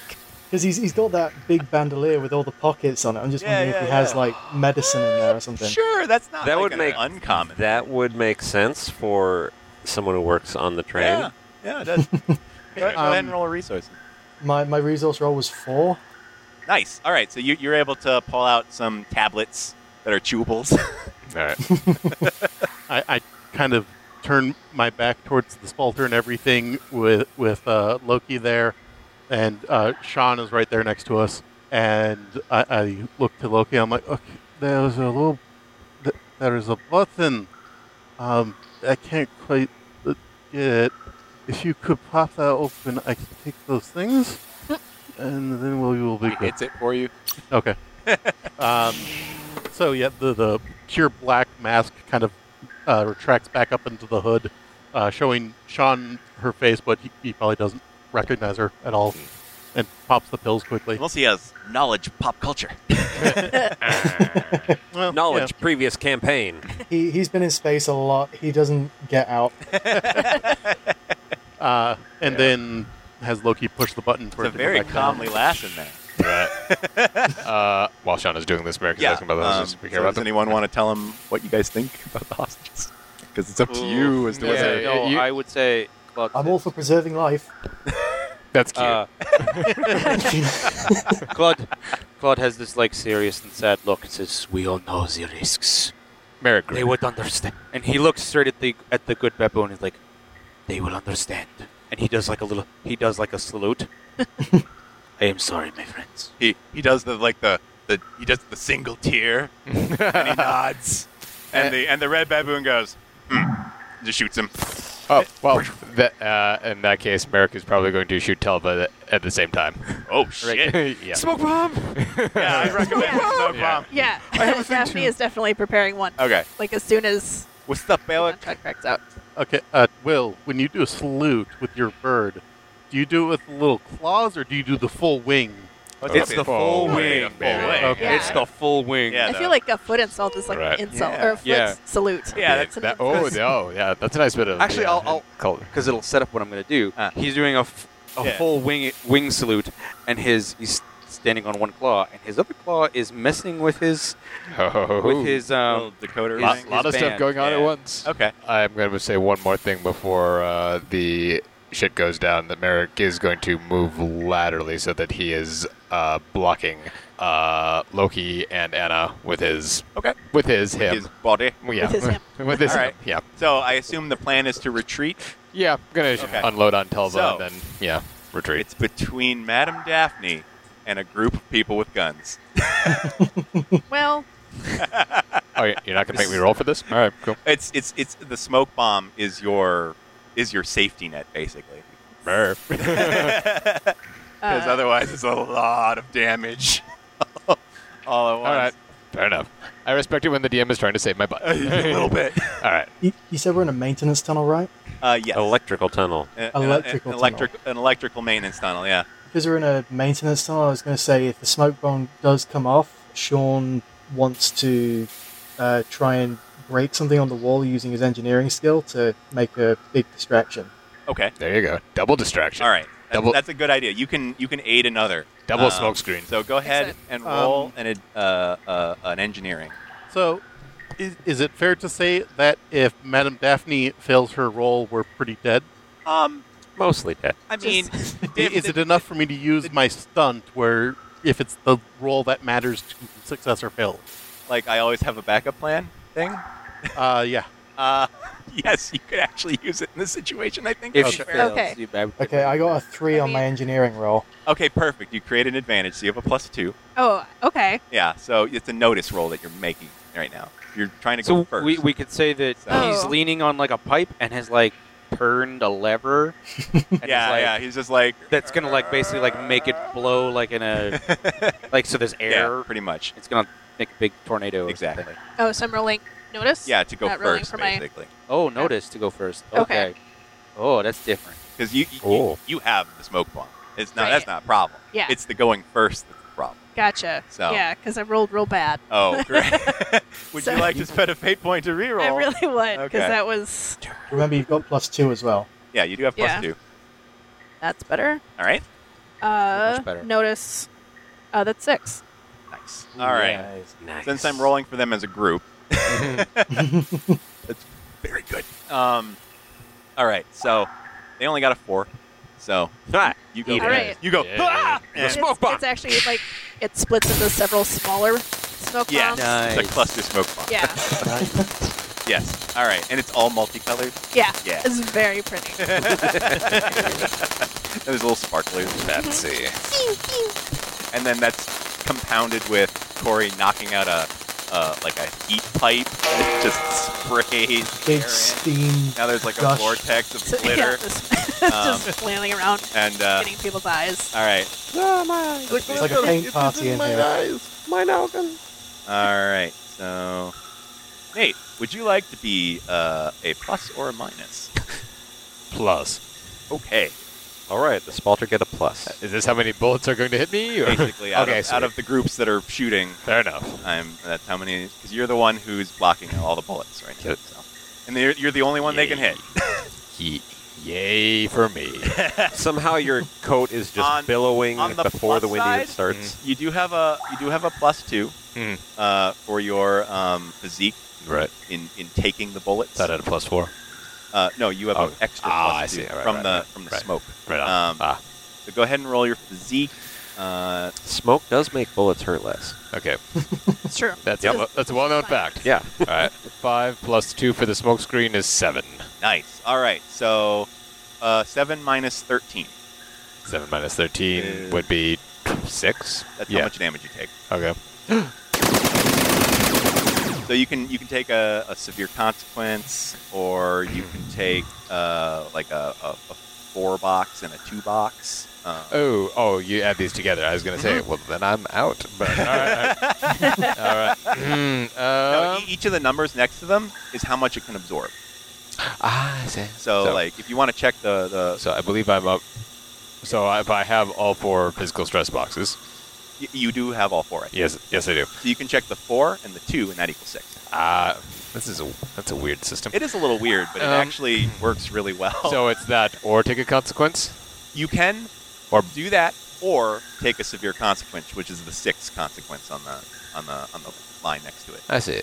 Speaker 2: he's, he's got that big bandolier with all the pockets on it. I'm just
Speaker 3: Yeah,
Speaker 2: wondering
Speaker 3: yeah,
Speaker 2: if he has
Speaker 3: yeah.
Speaker 2: like medicine in there or something.
Speaker 3: Sure, that's not
Speaker 4: That
Speaker 3: like
Speaker 4: would
Speaker 3: an
Speaker 4: make-
Speaker 3: uncommon.
Speaker 4: That would make sense for someone who works on the train.
Speaker 3: Yeah, yeah, it does. go, go ahead and roll a resource.
Speaker 2: My, my resource roll was four.
Speaker 3: Nice. All right, so you, you're able to pull out some tablets that are chewables.
Speaker 5: All right.
Speaker 1: I, I kind of turn my back towards the spalter and everything with with uh, Loki there, and uh, Sean is right there next to us. And I, I look to Loki. I'm like, okay, there's a little, th- there is a button. Um, I can't quite uh, get it. If you could pop that open, I can take those things, and then we will be good.
Speaker 3: Hits it for you. *laughs*
Speaker 1: Okay. um, so yeah, the the pure black mask kind of uh, retracts back up into the hood, uh, showing Sean her face, but he, he probably doesn't recognize her at all,
Speaker 3: Hmm.
Speaker 1: and pops the pills quickly.
Speaker 3: Mostly has knowledge of pop culture.
Speaker 1: Well,
Speaker 4: Knowledge, previous campaign.
Speaker 2: He, he's been in space a lot. He doesn't get out.
Speaker 1: yeah. Uh, and then has Loki push the button for
Speaker 3: It's
Speaker 1: it to
Speaker 3: a
Speaker 1: go
Speaker 3: very
Speaker 1: back down.
Speaker 3: calmly lass in there.
Speaker 5: Uh, while Sean is doing this, Merrick is asking about the hostages.
Speaker 3: um,
Speaker 5: we care
Speaker 3: so
Speaker 5: about
Speaker 3: does
Speaker 5: them. *laughs*
Speaker 3: anyone want to tell him what you guys think *laughs* about the hostages? Because it's up to you as to
Speaker 12: yeah,
Speaker 3: whether.
Speaker 12: no,
Speaker 5: you-
Speaker 12: I would say. Look,
Speaker 2: I'm all for preserving life.
Speaker 5: That's cute. *laughs*
Speaker 12: uh,
Speaker 13: Claude, Claude has this like serious and sad look and says, "We all know the risks.
Speaker 5: Merrick.
Speaker 13: They
Speaker 5: Green.
Speaker 13: would understand." And he looks straight at the at the good baboon. He's like, "They will understand." And he does like a little. He does like a
Speaker 2: *laughs*
Speaker 13: salute. I am sorry, my friends.
Speaker 3: he he does the like the, the he does the single tear and he nods, and the and the red baboon goes, hmm, just shoots him.
Speaker 5: Oh well, that, uh, in that case, Merrick is probably going to shoot Telva at the
Speaker 12: *laughs*
Speaker 5: same time.
Speaker 3: Oh
Speaker 5: *laughs*
Speaker 3: shit!
Speaker 5: yeah.
Speaker 12: smoke bomb.
Speaker 3: Yeah, I recommend the smoke
Speaker 5: Yeah.
Speaker 3: bomb.
Speaker 6: Yeah.
Speaker 3: have a thing
Speaker 6: Daphne
Speaker 3: too.
Speaker 6: is definitely preparing one.
Speaker 3: Okay,
Speaker 6: Like as soon as
Speaker 3: what's up,
Speaker 6: the
Speaker 3: Balak?
Speaker 6: contract cracks out.
Speaker 1: Okay, uh, Will, when you do a salute with your bird, do you do it with little claws or do you do the full wing?
Speaker 4: It's the full wing,
Speaker 5: baby.
Speaker 3: Full wing.
Speaker 1: Okay.
Speaker 6: Yeah.
Speaker 12: It's the full wing.
Speaker 3: Yeah,
Speaker 6: I
Speaker 3: the-
Speaker 6: feel like a foot insult is like
Speaker 5: Right.
Speaker 6: an insult
Speaker 3: Yeah.
Speaker 6: or a foot
Speaker 12: Yeah.
Speaker 6: salute.
Speaker 3: Yeah,
Speaker 5: Yeah,
Speaker 3: that's
Speaker 6: an
Speaker 5: that, oh,
Speaker 6: insult.
Speaker 5: the- oh, yeah, that's a nice bit of
Speaker 12: Actually,
Speaker 5: yeah,
Speaker 12: I'll-
Speaker 5: *laughs*
Speaker 12: I'll-
Speaker 5: color.
Speaker 12: because it'll set up what I'm going to do.
Speaker 3: Ah.
Speaker 12: He's doing a, f- a
Speaker 3: Yeah.
Speaker 12: full wing wing salute, and his he's standing on one claw, and his other claw is messing with his
Speaker 8: Oh.
Speaker 12: with his um.
Speaker 3: Decoder.
Speaker 12: Lot- lot
Speaker 3: thing.
Speaker 5: Oh, lot of
Speaker 12: his
Speaker 5: stuff
Speaker 12: band.
Speaker 5: going on at
Speaker 3: Yeah.
Speaker 5: once.
Speaker 3: Okay.
Speaker 5: I'm going to say one more thing before uh, the shit goes down. That Merrick is going to move laterally so that he is uh, blocking uh, Loki and Anna with his
Speaker 3: Okay.
Speaker 5: with his him.
Speaker 3: His body.
Speaker 5: Well, yeah.
Speaker 6: With his him.
Speaker 5: *laughs* With his
Speaker 3: All
Speaker 5: him,
Speaker 3: right.
Speaker 5: Yeah.
Speaker 3: So I assume the plan is to retreat.
Speaker 5: Yeah. I'm gonna sh-
Speaker 3: Okay.
Speaker 5: unload on Telva
Speaker 3: So-
Speaker 5: and then yeah. retreat.
Speaker 3: It's between Madame Daphne and a group of people with guns.
Speaker 6: Well,
Speaker 5: oh, yeah, you're not gonna make me roll for this? All right, cool.
Speaker 3: It's it's it's the smoke bomb is your is your safety net basically. Because
Speaker 6: Uh,
Speaker 3: otherwise, it's a lot of damage. *laughs* All at once.
Speaker 5: All right, fair enough. I respect it when the DM is trying to save my butt.
Speaker 3: *laughs* A little bit.
Speaker 5: All right.
Speaker 2: You, you said we're in a maintenance tunnel, right?
Speaker 3: Uh, yes. Uh,
Speaker 4: Electrical tunnel.
Speaker 3: An-
Speaker 2: Electrical
Speaker 3: an, electric, an electrical maintenance tunnel. Yeah.
Speaker 2: Because we're in a maintenance tunnel, I was going to say if the smoke bomb does come off, Sean wants to uh, try and break something on the wall using his engineering skill to make a big distraction.
Speaker 3: Okay.
Speaker 5: There you go. Double distraction.
Speaker 3: All right. That's,
Speaker 5: Double-
Speaker 3: that's a good idea. You can you can aid another. Um,
Speaker 5: Double smokescreen.
Speaker 3: So go ahead and
Speaker 1: Um,
Speaker 3: roll an an uh, uh, an engineering.
Speaker 1: So, is, is it fair to say that if Madame Daphne fails her role, we're pretty dead?
Speaker 3: Um,
Speaker 4: Mostly dead.
Speaker 3: I mean,
Speaker 1: I- is it enough for me to use my stunt where if it's the role that matters to success or fail?
Speaker 3: like I always have a backup plan thing.
Speaker 1: Uh, yeah.
Speaker 3: Uh, *laughs* yes, you could actually use it in this situation. I think.
Speaker 8: If
Speaker 3: that's
Speaker 8: she
Speaker 3: fair.
Speaker 8: fails,
Speaker 6: Okay.
Speaker 8: you bad.
Speaker 2: Okay, I got a three on my engineering roll.
Speaker 3: Okay, perfect. You create an advantage, so you have a plus two.
Speaker 6: oh, okay.
Speaker 3: Yeah, so it's a notice roll that you're making right now. You're trying to go
Speaker 8: So
Speaker 3: first.
Speaker 8: we, we could say that
Speaker 3: So-
Speaker 8: he's
Speaker 6: Oh.
Speaker 8: leaning on like a pipe and has like turned a lever.
Speaker 2: *laughs*
Speaker 8: and he's
Speaker 3: yeah,
Speaker 8: like-
Speaker 3: yeah. He's just like
Speaker 8: That's gonna like basically like make it blow like
Speaker 3: *laughs*
Speaker 8: in a like so there's air.
Speaker 3: yeah, pretty much.
Speaker 8: It's gonna make a big tornado. or
Speaker 3: Exactly.
Speaker 8: something.
Speaker 6: Oh, so I'm rolling notice?
Speaker 3: Yeah, to go
Speaker 6: Not rolling
Speaker 3: first,
Speaker 6: for my-
Speaker 3: basically,
Speaker 8: Oh, notice to go first.
Speaker 6: Okay.
Speaker 8: Okay. Oh, that's different.
Speaker 3: because you you,
Speaker 4: Oh.
Speaker 3: you have the smoke bomb. It's not
Speaker 6: Right.
Speaker 3: that's not a problem.
Speaker 6: Yeah.
Speaker 3: It's the going first that's the problem.
Speaker 6: Gotcha.
Speaker 3: So.
Speaker 6: Yeah, because I rolled real bad. *laughs*
Speaker 3: Oh, great. *laughs* Would
Speaker 6: So-
Speaker 3: you like to spend a fate point to reroll?
Speaker 6: I really would, because
Speaker 3: Okay.
Speaker 6: that was.
Speaker 2: Remember, you've got plus two as well.
Speaker 3: yeah, you do have plus
Speaker 6: Yeah.
Speaker 3: two.
Speaker 6: That's better.
Speaker 3: All right.
Speaker 6: Uh,
Speaker 8: Much better.
Speaker 6: Notice. Uh, that's six.
Speaker 3: Nice. All right.
Speaker 4: Nice.
Speaker 3: Since I'm rolling for them as a group, that's very good. Um, all right. So they only got a four. So
Speaker 4: Ah,
Speaker 3: you go.
Speaker 4: Eat
Speaker 6: All right.
Speaker 3: You go.
Speaker 5: Yeah.
Speaker 3: "Ah!"
Speaker 4: The
Speaker 3: And-
Speaker 4: smoke
Speaker 6: it's,
Speaker 4: bomb.
Speaker 6: it's actually like it splits into several smaller smoke
Speaker 3: Yeah.
Speaker 6: bombs.
Speaker 8: Nice.
Speaker 3: It's a cluster smoke bomb.
Speaker 6: Yeah.
Speaker 3: *laughs* Yes. All right. And it's all multicolored.
Speaker 6: Yeah.
Speaker 3: *laughs* Yeah.
Speaker 6: It's
Speaker 3: *laughs*
Speaker 6: very pretty.
Speaker 3: And there's little sparklers
Speaker 6: Mm-hmm.
Speaker 3: and that.
Speaker 5: Let's see.
Speaker 3: And then that's compounded with Corey knocking out a, uh, like a heat pipe that just sprays.
Speaker 2: Big
Speaker 3: air in.
Speaker 2: steam.
Speaker 3: Now there's like a
Speaker 2: gush.
Speaker 3: vortex of
Speaker 6: So,
Speaker 3: glitter.
Speaker 6: *laughs* *laughs* yeah, just, just flailing around,
Speaker 3: And Um, uh,
Speaker 6: getting people's
Speaker 3: *laughs*
Speaker 6: eyes.
Speaker 3: all right.
Speaker 2: It's like a paint party in here.
Speaker 3: All right. So, Nate, would you like to be uh, a plus or a minus?
Speaker 5: Plus. *laughs*
Speaker 3: Okay.
Speaker 4: All right, the spalter get
Speaker 3: *laughs*
Speaker 4: a plus.
Speaker 5: Is this how many bullets are going to hit me? or-
Speaker 3: Basically, out,
Speaker 5: okay,
Speaker 3: of, out
Speaker 5: sweet.
Speaker 3: of the groups that are shooting,
Speaker 5: Fair enough.
Speaker 3: I'm that's how many. Because you're the one who's blocking all the bullets right now. So. And you're, you're the only one they can hit.
Speaker 5: Ye- yay
Speaker 3: *laughs*
Speaker 5: for me.
Speaker 4: Somehow your coat is just
Speaker 3: On-
Speaker 4: billowing
Speaker 3: on the
Speaker 4: before the
Speaker 3: plus
Speaker 4: wind even
Speaker 3: side-
Speaker 4: starts.
Speaker 3: You do have a you do have a plus two
Speaker 5: Mhm.
Speaker 3: uh, for your um, physique
Speaker 5: Right.
Speaker 3: in, in taking the bullets.
Speaker 5: That at a plus four.
Speaker 3: Uh, no, you have
Speaker 5: Oh.
Speaker 3: an extra
Speaker 5: Ah,
Speaker 3: plus
Speaker 5: I
Speaker 3: two
Speaker 5: see. All right,
Speaker 3: from
Speaker 5: right,
Speaker 3: the
Speaker 5: right,
Speaker 3: from the
Speaker 5: right.
Speaker 3: smoke.
Speaker 5: Right on.
Speaker 3: Um,
Speaker 5: ah,
Speaker 3: So go ahead and roll your physique. Uh,
Speaker 4: Smoke does make bullets hurt less.
Speaker 3: *laughs*
Speaker 5: okay.
Speaker 6: It's true.
Speaker 5: That's
Speaker 6: Yep.
Speaker 5: a, that's a well-known fact.
Speaker 4: Yeah.
Speaker 5: All right. Five plus two for the smoke screen is seven.
Speaker 3: Nice. All right. So, uh, seven minus thirteen.
Speaker 5: Seven minus thirteen
Speaker 3: Uh,
Speaker 5: would be six.
Speaker 3: That's
Speaker 5: yeah.
Speaker 3: how much damage you take.
Speaker 5: Okay.
Speaker 3: So you can you can take a, a severe consequence, or you can take uh, like a, a, a four box and a two box. Um,
Speaker 5: Oh, oh, you add these together. I was gonna say,
Speaker 3: Mm-hmm.
Speaker 5: well, then I'm out.
Speaker 3: *laughs*
Speaker 5: But all right, all right. *laughs* Mm,
Speaker 3: no,
Speaker 5: um,
Speaker 3: e- each of the numbers next to them is how much it can absorb.
Speaker 5: ah, I see.
Speaker 3: So, like if you want to check the, the
Speaker 5: so I believe I'm up. So if I have all four physical stress boxes,
Speaker 3: y- you do have all four. I think.
Speaker 5: yes, yes, I do.
Speaker 3: So you can check the four and the two, and that equals six.
Speaker 5: Uh, this is a that's a weird system.
Speaker 3: It is a little weird, but it
Speaker 5: Um,
Speaker 3: actually works really well.
Speaker 5: So it's that, or take a consequence,
Speaker 3: you can
Speaker 5: or
Speaker 3: do that or take a severe consequence, which is the sixth consequence on the on the on the line next to it.
Speaker 5: I see.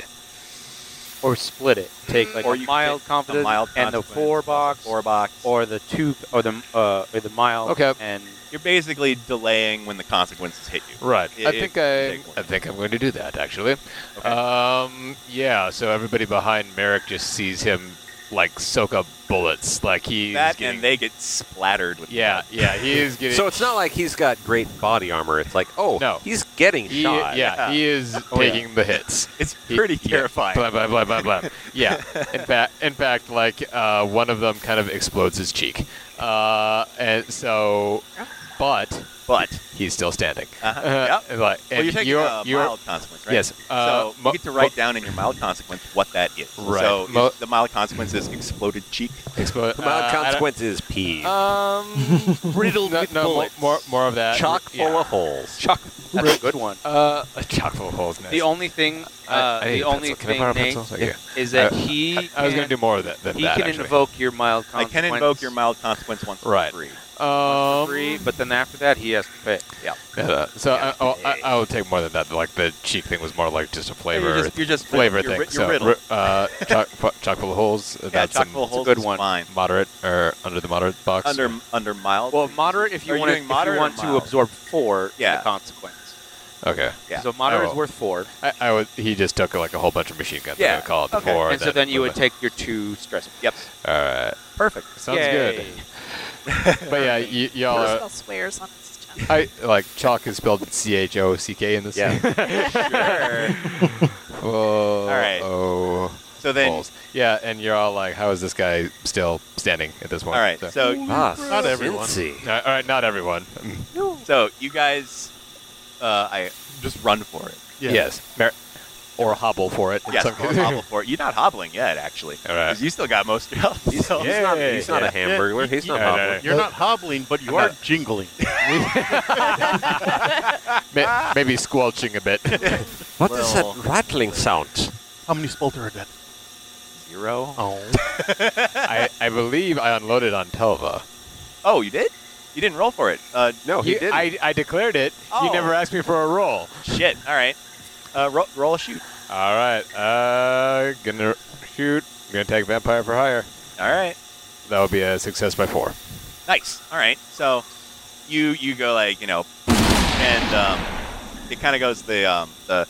Speaker 8: Or split it. Take like
Speaker 3: Or
Speaker 8: a
Speaker 3: you could
Speaker 8: mild
Speaker 3: take a
Speaker 8: confidence
Speaker 3: mild
Speaker 8: and the
Speaker 3: consequence,
Speaker 8: four box,
Speaker 3: Four box.
Speaker 8: or the two or the uh, or the mild.
Speaker 5: Okay.
Speaker 8: And
Speaker 3: you're basically delaying when the consequences hit you.
Speaker 5: Right. I
Speaker 3: It-
Speaker 5: think
Speaker 3: it-
Speaker 5: I, I think I'm going to do that actually.
Speaker 3: Okay.
Speaker 5: Um, yeah. So everybody behind Merrick just sees him like soak up bullets. Like he's
Speaker 3: That
Speaker 5: getting,
Speaker 3: and they get splattered with
Speaker 5: yeah, yeah, he
Speaker 4: *laughs*
Speaker 5: is getting.
Speaker 4: So it's not like he's got great body armor. It's like, oh,
Speaker 5: Mm. No.
Speaker 4: he's getting
Speaker 5: He-
Speaker 4: shot.
Speaker 5: yeah, he is
Speaker 4: *laughs* Oh, yeah.
Speaker 5: taking the hits.
Speaker 3: It's
Speaker 5: He-
Speaker 3: pretty
Speaker 5: yeah.
Speaker 3: terrifying.
Speaker 5: Blah blah blah blah blah. yeah. In fact, in fact, like uh, one of them kind of explodes his cheek, uh, and so, but
Speaker 3: but
Speaker 5: he's still standing.
Speaker 3: Uh-huh.
Speaker 5: Uh,
Speaker 3: Yep.
Speaker 5: like,
Speaker 3: Well,
Speaker 5: and
Speaker 3: you're taking
Speaker 5: you're-
Speaker 3: a
Speaker 5: you're-
Speaker 3: mild consequence, right?
Speaker 5: Yes. Uh,
Speaker 3: so
Speaker 5: mo-
Speaker 3: you get to write down in your mild consequence what that is.
Speaker 5: Right.
Speaker 3: So
Speaker 5: Mo-
Speaker 3: if the mild consequence is exploded cheek.
Speaker 5: Explode.
Speaker 4: The mild
Speaker 5: uh, I don't-
Speaker 4: consequence is pee.
Speaker 5: *laughs* Um,
Speaker 4: riddled
Speaker 5: no,
Speaker 4: with
Speaker 5: no, more-
Speaker 4: bullets.
Speaker 5: More, more of that.
Speaker 4: Chock full
Speaker 5: Yeah.
Speaker 4: of holes.
Speaker 5: *laughs*
Speaker 8: Chuck, that's a good one.
Speaker 5: Uh, a chock full of holes. Nice.
Speaker 8: The only thing, uh,
Speaker 5: I- I need
Speaker 8: the
Speaker 5: a
Speaker 8: only
Speaker 5: pencil. Can I
Speaker 8: thing,
Speaker 5: borrow a
Speaker 8: Nate,
Speaker 5: pencil? Thank you.
Speaker 8: is that
Speaker 5: I-
Speaker 8: he.
Speaker 5: I- I was gonna
Speaker 8: can-
Speaker 5: do more of that than
Speaker 8: he
Speaker 5: that,
Speaker 8: can
Speaker 5: actually.
Speaker 8: invoke your mild
Speaker 3: I
Speaker 8: consequence.
Speaker 3: can invoke your mild consequence once
Speaker 5: Right.
Speaker 3: for free.
Speaker 5: Um,
Speaker 8: free, but then after that he has to pay.
Speaker 3: Yeah.
Speaker 5: yeah, that- so I, oh, I, I would take more than that. Like the cheek thing was more like just a flavor.
Speaker 3: you're just- you're just-
Speaker 5: flavor
Speaker 3: you're-
Speaker 5: thing.
Speaker 3: you're
Speaker 5: so
Speaker 3: riddled.
Speaker 5: ri- uh, chock, fu- chock full of holes. uh,
Speaker 3: Yeah,
Speaker 5: that's
Speaker 3: chock
Speaker 5: in
Speaker 3: full of holes
Speaker 8: good
Speaker 3: is
Speaker 8: one.
Speaker 3: fine.
Speaker 5: Moderate or under the moderate box.
Speaker 3: Under under mild.
Speaker 8: Well, moderate if
Speaker 3: Are
Speaker 8: you
Speaker 3: you
Speaker 8: want, to,
Speaker 3: doing
Speaker 8: if
Speaker 3: moderate
Speaker 8: you
Speaker 3: or
Speaker 8: want to
Speaker 3: mild?
Speaker 8: absorb four in
Speaker 3: Yeah.
Speaker 8: the consequence.
Speaker 5: okay.
Speaker 3: Yeah.
Speaker 8: So moderate
Speaker 5: Oh.
Speaker 8: is worth four.
Speaker 5: I, I would. He just took like a whole bunch of machine guns.
Speaker 3: Yeah,
Speaker 5: I would call it
Speaker 3: okay.
Speaker 5: four.
Speaker 8: and so then you would take your two stress.
Speaker 3: yep.
Speaker 5: All right.
Speaker 3: Perfect.
Speaker 5: Sounds
Speaker 8: Yay.
Speaker 5: good. But yeah, y- y'all
Speaker 6: Just
Speaker 5: are.
Speaker 6: spell swears on his
Speaker 3: *laughs*
Speaker 6: chest.
Speaker 5: I like chalk is spelled C H O C K in this.
Speaker 3: Yeah. Sure.
Speaker 5: Oh.
Speaker 3: right.
Speaker 5: Oh.
Speaker 3: So then-
Speaker 5: Balls. Yeah, and you're all like, "How is this guy still standing at this
Speaker 3: All
Speaker 5: point?"
Speaker 3: right.
Speaker 5: So-
Speaker 3: So
Speaker 4: ah,
Speaker 1: Not everyone.
Speaker 4: Cincy.
Speaker 5: No, all right, not
Speaker 3: *laughs*
Speaker 5: everyone. Mm.
Speaker 3: so you guys, uh, I just run for it.
Speaker 5: Yes, Mer- or hobble for it. in
Speaker 3: Yes,
Speaker 5: some
Speaker 3: or *laughs*
Speaker 5: cases.
Speaker 3: hobble for it. You're not hobbling yet, actually.
Speaker 5: All right.
Speaker 3: 'Cause you still got most of your health. so-
Speaker 4: He's not,
Speaker 5: Yeah,
Speaker 4: he's not
Speaker 5: yeah.
Speaker 4: a hamburger. He's not
Speaker 5: Yeah,
Speaker 4: hobbling.
Speaker 5: yeah,
Speaker 1: uh, You're not hobbling, but
Speaker 4: *laughs*
Speaker 1: you are jingling.
Speaker 5: Ma-
Speaker 3: Ah.
Speaker 5: maybe squelching
Speaker 3: *laughs*
Speaker 5: a bit.
Speaker 4: What is
Speaker 3: Well-
Speaker 4: that rattling sound?
Speaker 1: How many Spalter are dead?
Speaker 3: Zero.
Speaker 1: Oh.
Speaker 5: I, I believe I unloaded on Telva.
Speaker 3: Oh, you did? You didn't roll for it. Uh,
Speaker 4: *laughs* No, he
Speaker 5: You-
Speaker 4: didn't.
Speaker 5: I, I declared it.
Speaker 3: Oh.
Speaker 5: You never asked me for a roll.
Speaker 3: shit. All right. Uh, ro- roll a shoot.
Speaker 5: All right. Uh, gonna shoot. Gonna take vampire for hire.
Speaker 3: All right.
Speaker 5: That would be a success by four.
Speaker 3: Nice. All right. So you you go like you know, and um, it kind of goes the um, the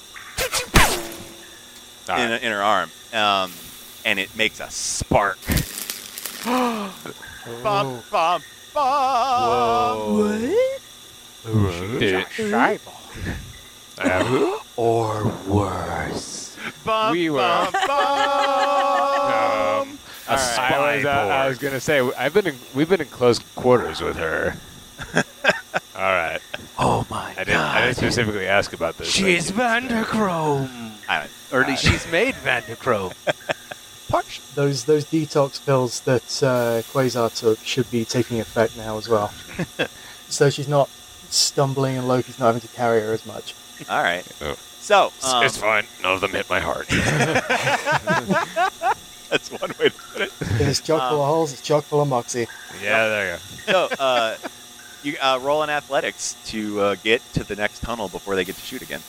Speaker 5: All
Speaker 3: in,
Speaker 5: right.
Speaker 3: in her arm, um, and it makes a spark. *gasps* bum, bum, Uh, bum.
Speaker 5: What? Dude, um,
Speaker 13: Or worse.
Speaker 3: Bum,
Speaker 5: We were-
Speaker 3: Bum, bum.
Speaker 5: All right. I was, uh, I was gonna say I've been in, we've been in close quarters
Speaker 3: *laughs*
Speaker 5: with her. All right.
Speaker 13: Oh my
Speaker 5: I didn't I
Speaker 13: god.
Speaker 5: didn't specifically ask about this. but-
Speaker 13: She's Vanderchrome.
Speaker 3: All right.
Speaker 13: Or at least she's made Vanderchrome.
Speaker 2: Those those detox pills that uh, Quasar took should be taking effect now as well. so she's not stumbling and Loki's not having to carry her as much.
Speaker 3: All right.
Speaker 5: Oh.
Speaker 3: So
Speaker 5: It's,
Speaker 3: um,
Speaker 5: it's fine. None of them hit my heart.
Speaker 3: that's one way to put it.
Speaker 2: It's chock full of holes, it's chock full of moxie.
Speaker 5: yeah, there you go.
Speaker 3: So uh, you uh, roll in athletics to uh, get to the next tunnel before they get to shoot again.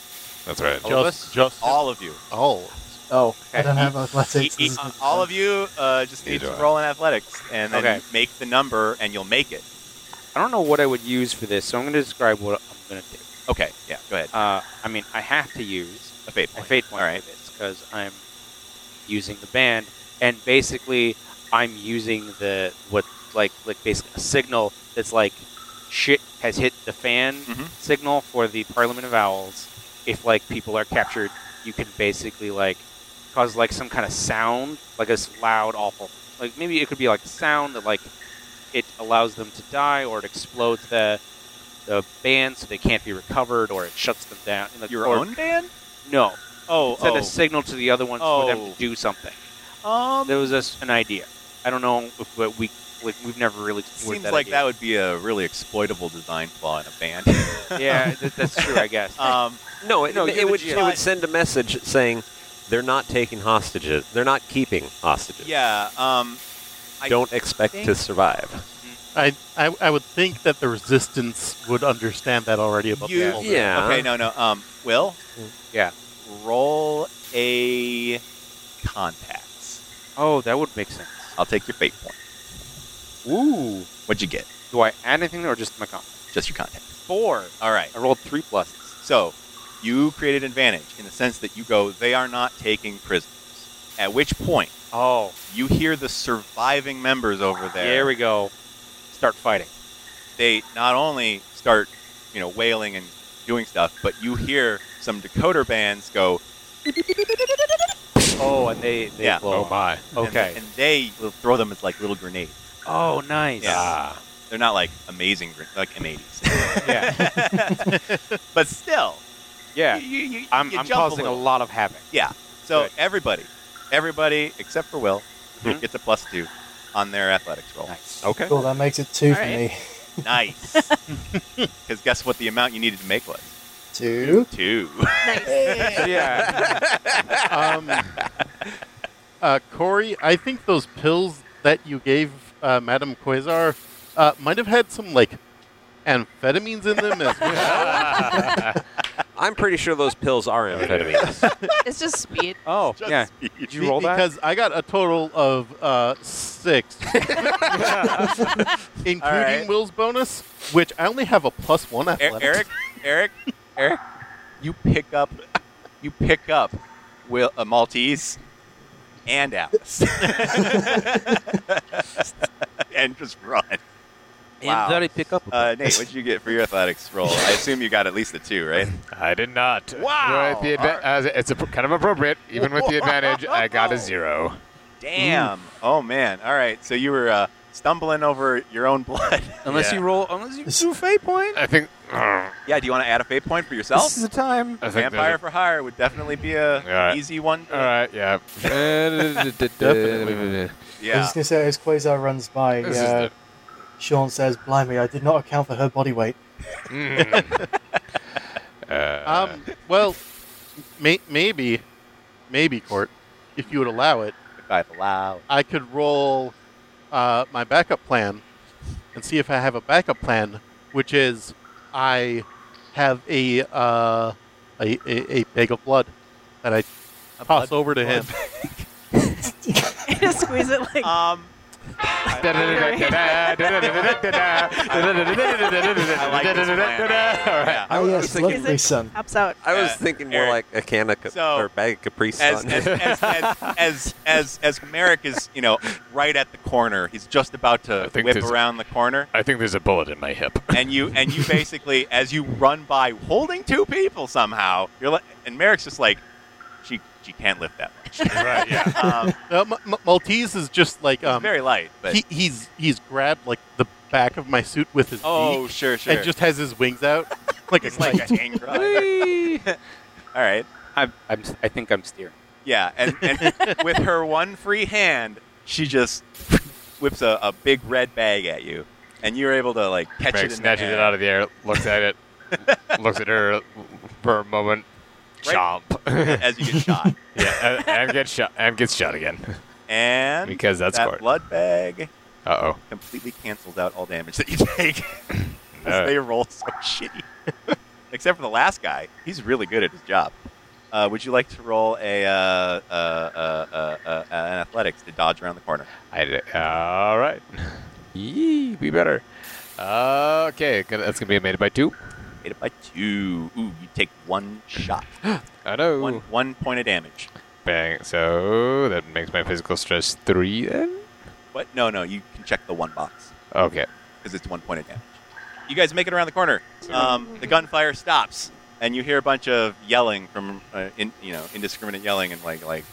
Speaker 5: That's right.
Speaker 8: All of us?
Speaker 1: Just, just
Speaker 3: All of you.
Speaker 1: all.
Speaker 2: Oh, I don't
Speaker 8: Okay.
Speaker 2: have athletics.
Speaker 3: E- e- all of you uh, just need
Speaker 5: Neither
Speaker 3: to
Speaker 5: do I.
Speaker 3: roll in athletics and then
Speaker 8: Okay.
Speaker 3: make the number and you'll make it.
Speaker 8: *laughs* I don't know what I would use for this, so I'm going to describe what I'm going to do.
Speaker 3: Okay, yeah, go ahead.
Speaker 8: Uh, I mean, I have to use
Speaker 3: A fate
Speaker 8: a
Speaker 3: point.
Speaker 8: fate point
Speaker 3: All right.
Speaker 8: for this because I'm using the band, and basically I'm using the what like like basically a signal that's like shit has hit the fan
Speaker 3: Mhm.
Speaker 8: signal for the Parliament of Owls. If like people are captured, you can basically like cause like some kind of sound, like this loud, awful. Like maybe it could be like a sound that like it allows them to die, or it explodes the the band so they can't be recovered, or it shuts them down. And, like,
Speaker 3: Your
Speaker 8: or-
Speaker 3: own band?
Speaker 8: No,
Speaker 3: Oh,
Speaker 8: send
Speaker 3: oh.
Speaker 8: a signal to the other ones for them
Speaker 3: Oh.
Speaker 8: to do something.
Speaker 3: um,
Speaker 8: There was just an idea. I don't know, if, but we like we've never really explored
Speaker 3: seems like that
Speaker 8: idea.
Speaker 3: would be a really exploitable design flaw in a band.
Speaker 8: yeah, that, that's true.
Speaker 3: *laughs*
Speaker 8: I guess.
Speaker 3: um,
Speaker 4: no, it,
Speaker 8: No,
Speaker 4: it
Speaker 8: you're the
Speaker 4: would
Speaker 8: GM.
Speaker 4: it would send a message saying they're not taking hostages. They're not keeping hostages.
Speaker 3: yeah, um, I
Speaker 4: Don't expect to
Speaker 3: think-
Speaker 4: survive.
Speaker 1: I, I I would think that the resistance would understand that already about
Speaker 3: You-
Speaker 1: the Spalter.
Speaker 4: Yeah.
Speaker 3: okay, no, no. Um, Will?
Speaker 8: Yeah.
Speaker 3: Roll a contacts.
Speaker 8: oh, that would make sense.
Speaker 3: I'll take your fate point.
Speaker 8: Ooh,
Speaker 3: What'd you get?
Speaker 8: do I add anything or just my comp?
Speaker 3: Just your contacts.
Speaker 8: Four.
Speaker 3: All right.
Speaker 8: I rolled three pluses.
Speaker 3: So you created advantage in the sense that you go, they are not taking prisoners. At which point,
Speaker 8: oh,
Speaker 3: you hear the surviving members over there.
Speaker 8: There we go.
Speaker 3: Start fighting. They not only start, you know, wailing and doing stuff, but you hear some decoder bands go.
Speaker 8: Oh, and they, they
Speaker 3: yeah.
Speaker 8: blow.
Speaker 5: my.
Speaker 8: Okay.
Speaker 3: And, and they will throw them as like little grenades.
Speaker 8: Oh, nice.
Speaker 3: Yeah. They're not like amazing, gre- like M80s.
Speaker 8: Yeah.
Speaker 3: *laughs* but still.
Speaker 8: Yeah.
Speaker 3: You, you, you,
Speaker 8: I'm,
Speaker 3: you
Speaker 8: I'm
Speaker 3: jump
Speaker 8: causing a,
Speaker 3: little.
Speaker 8: lot of havoc.
Speaker 3: Yeah. So
Speaker 8: Good.
Speaker 3: everybody, everybody except for Will,
Speaker 8: Mhm.
Speaker 3: gets a plus two on their athletics roll. Okay.
Speaker 2: Cool, that makes it two for
Speaker 3: Alright.
Speaker 2: me.
Speaker 8: *laughs*
Speaker 3: Nice. *laughs* Because guess what? The amount you needed to make was
Speaker 2: Two.
Speaker 3: two. *laughs*
Speaker 1: um, uh, Corey, I think those pills that you gave uh, Madame Quasar uh, might have had some like amphetamines in them *laughs* as well.
Speaker 4: I'm pretty sure those pills are
Speaker 3: *laughs*
Speaker 4: amphetamines.
Speaker 6: It's just speed. *laughs*
Speaker 8: Oh,
Speaker 1: yeah.
Speaker 8: Did you roll that?
Speaker 1: Because I got a total of uh, *laughs* six, including
Speaker 3: right.
Speaker 1: Will's bonus, which I only have a plus one
Speaker 3: E-
Speaker 1: athletics.
Speaker 3: Eric, Eric, Eric, you pick up, you pick up, Will a Maltese, and Alice, *laughs* and just run. Wow.
Speaker 12: very pick up.
Speaker 3: Uh, Nate, what'd you get for your athletics roll? I assume you got at least a two, right?
Speaker 5: I did not.
Speaker 3: Wow.
Speaker 5: With the adva- uh, it's a, kind of appropriate, even with the advantage. I got a zero.
Speaker 3: Damn. Oh man. All right. So you were uh, stumbling over your own *laughs* blood.
Speaker 8: Unless you roll, unless you do fate point.
Speaker 5: I think.
Speaker 3: Yeah. Do you want to add a fate point for yourself?
Speaker 8: This is the time.
Speaker 5: I think
Speaker 3: Vampire
Speaker 5: there's
Speaker 3: for hire would definitely be a
Speaker 5: Alright.
Speaker 3: easy one.
Speaker 5: All right. Yeah. Definitely.
Speaker 2: I
Speaker 3: Yeah.
Speaker 2: was just gonna say as Quasar runs by,
Speaker 5: This is
Speaker 2: uh,
Speaker 5: the-
Speaker 2: Sean says, "Blimey, I did not account for her body weight."
Speaker 1: Um, well, may- maybe, maybe, Court, if you would allow it,
Speaker 3: If I'd allow.
Speaker 1: I could roll uh, my backup plan and see if I have a backup plan, which is I have a uh, a, a, a bag of blood that I toss over to him.
Speaker 6: Squeeze it like.
Speaker 3: Um. I like this plan.
Speaker 5: All right.
Speaker 4: I
Speaker 2: oh
Speaker 4: was
Speaker 2: yes,
Speaker 4: thinking-
Speaker 2: lovely son.
Speaker 6: Pops out.
Speaker 4: I was
Speaker 3: Yeah.
Speaker 4: thinking more
Speaker 3: Eric.
Speaker 4: like a can of ca-
Speaker 3: So,
Speaker 4: or bag of Capri
Speaker 3: As
Speaker 4: Sun.
Speaker 3: as, as, as, as as as Merrick is, you know, right at the corner. He's just about to
Speaker 5: think
Speaker 3: whip
Speaker 5: this-
Speaker 3: around the corner,
Speaker 5: *laughs* I think there's a bullet in my hip.
Speaker 3: and you and you basically, as you run by, holding two people somehow. You're like, and Merrick's just like, she she can't lift that much.
Speaker 1: *laughs*
Speaker 5: right.
Speaker 3: *laughs*
Speaker 5: Yeah.
Speaker 3: Um,
Speaker 1: Uh, M- M- Maltese is just like
Speaker 3: it's
Speaker 1: um,
Speaker 3: very light, but
Speaker 1: he, he's he's grabbed like the back of my suit with his
Speaker 3: oh
Speaker 1: beak
Speaker 3: sure sure.
Speaker 1: and just has his wings
Speaker 3: *laughs*
Speaker 1: out like a
Speaker 3: it's like
Speaker 1: kite.
Speaker 3: a hang
Speaker 1: *laughs*
Speaker 3: All right.
Speaker 8: I'm, I'm, I think I'm steering.
Speaker 3: Yeah, and, and *laughs* with her one free hand, she just whips a, a big red bag at you, and you're able to like catch
Speaker 5: Merrick
Speaker 3: it. In
Speaker 5: snatches
Speaker 3: the
Speaker 5: it out of the air, looks
Speaker 3: *laughs*
Speaker 5: at it, looks at her for a moment,
Speaker 3: Right.
Speaker 5: chomp.
Speaker 3: as you get shot.
Speaker 5: *laughs* yeah, and, and gets shot. And gets shot again.
Speaker 3: And
Speaker 5: Because that's
Speaker 3: that
Speaker 5: Court.
Speaker 3: blood bag
Speaker 5: Uh oh.
Speaker 3: completely cancels out all damage that you *laughs* take.
Speaker 5: *clears throat*
Speaker 3: 'Cause
Speaker 5: Alright.
Speaker 3: They roll so *laughs* shitty. Except for the last guy, he's really good at his job. Uh, would you like to roll a uh, uh, uh, uh, uh, uh, an athletics to dodge around the corner?
Speaker 5: I did. All right. Yee, be better. Okay, gonna- that's gonna be made by two.
Speaker 3: Hit it by two. Ooh, you take one shot,
Speaker 5: I know.
Speaker 3: one one point of damage.
Speaker 5: Bang. So that makes my physical stress three then.
Speaker 3: What? No, no. You can check the one box
Speaker 5: Okay.
Speaker 3: because it's one point of damage. You guys make it around the corner. Um, the gunfire stops, and you hear a bunch of yelling from, uh, in, you know, indiscriminate yelling and like like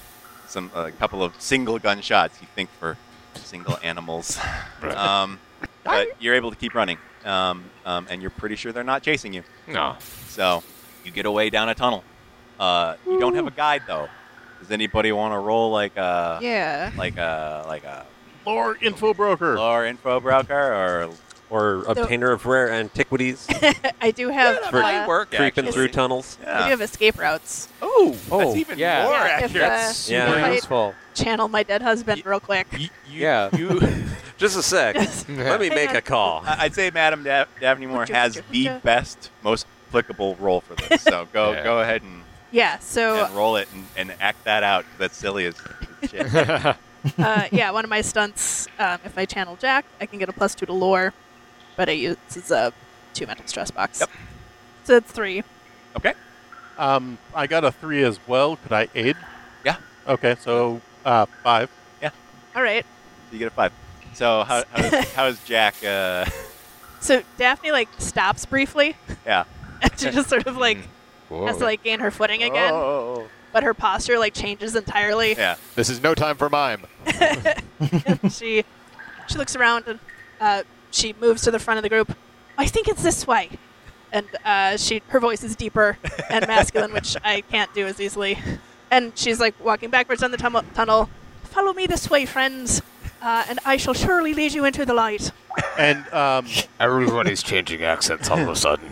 Speaker 3: some a couple of single gunshots. You think for
Speaker 5: *laughs*
Speaker 3: single animals,
Speaker 5: Right.
Speaker 3: um, but you're able to keep running, um, um, and you're pretty sure they're not chasing you.
Speaker 5: No.
Speaker 3: So you get away down a tunnel. Uh, you don't have a guide though. Does anybody want to roll like a
Speaker 6: Yeah.
Speaker 3: like a like a
Speaker 1: Lore info broker.
Speaker 3: lore info broker or
Speaker 4: *laughs* or obtainer of
Speaker 3: *laughs*
Speaker 4: rare antiquities,
Speaker 6: I do have.
Speaker 3: that
Speaker 4: For-
Speaker 3: might
Speaker 6: uh,
Speaker 3: work.
Speaker 4: creeping
Speaker 3: actually.
Speaker 4: through tunnels.
Speaker 6: I do have escape routes.
Speaker 3: Oh,
Speaker 8: Oh,
Speaker 3: that's even
Speaker 8: yeah.
Speaker 3: more
Speaker 6: Yeah, if,
Speaker 3: accurate.
Speaker 6: uh,
Speaker 4: Yeah.
Speaker 8: Super
Speaker 6: Right.
Speaker 8: useful.
Speaker 6: Channel my dead husband real quick.
Speaker 3: You- you-
Speaker 8: Yeah.
Speaker 3: you-
Speaker 4: *laughs* Just
Speaker 3: *laughs*
Speaker 4: a sec. Let me
Speaker 6: Hang
Speaker 4: make
Speaker 6: on.
Speaker 4: a call.
Speaker 3: I- I'd say Madam da- Daphne Moore
Speaker 6: Hooja,
Speaker 3: has
Speaker 6: hooja,
Speaker 3: the
Speaker 6: hooja.
Speaker 3: best, most applicable role for this. So *laughs* go
Speaker 5: Yeah.
Speaker 3: go ahead and,
Speaker 6: *laughs* yeah. So
Speaker 3: and roll it and, and act that out. 'cause That's silly as as shit.
Speaker 6: uh, yeah, one of my stunts. Um, if I channel Jack, I can get a plus two to lore, but it uses a two mental stress box.
Speaker 3: Yep.
Speaker 6: So it's three.
Speaker 3: okay.
Speaker 1: Um, I got a three as well. Could I aid?
Speaker 3: Yeah.
Speaker 1: Okay, so Uh, five.
Speaker 3: Yeah.
Speaker 6: All right.
Speaker 3: You get a five. So how how does, how does Jack? Uh,
Speaker 6: So Daphne like stops briefly *laughs*
Speaker 3: yeah.
Speaker 6: and she just sort of like
Speaker 3: Mm-hmm.
Speaker 6: has to like gain her footing again.
Speaker 3: Oh.
Speaker 6: But her posture like changes entirely.
Speaker 3: Yeah.
Speaker 5: This is no time for mime.
Speaker 6: *laughs* she she looks around and uh, she moves to the front of the group. I think it's this way. And uh, she her voice is deeper and masculine, which I can't do as easily. And she's like walking backwards down the tum- tunnel. Follow me this way, friends, uh, and I shall surely lead you into the light.
Speaker 1: And um,
Speaker 14: Everybody's changing accents all of a sudden.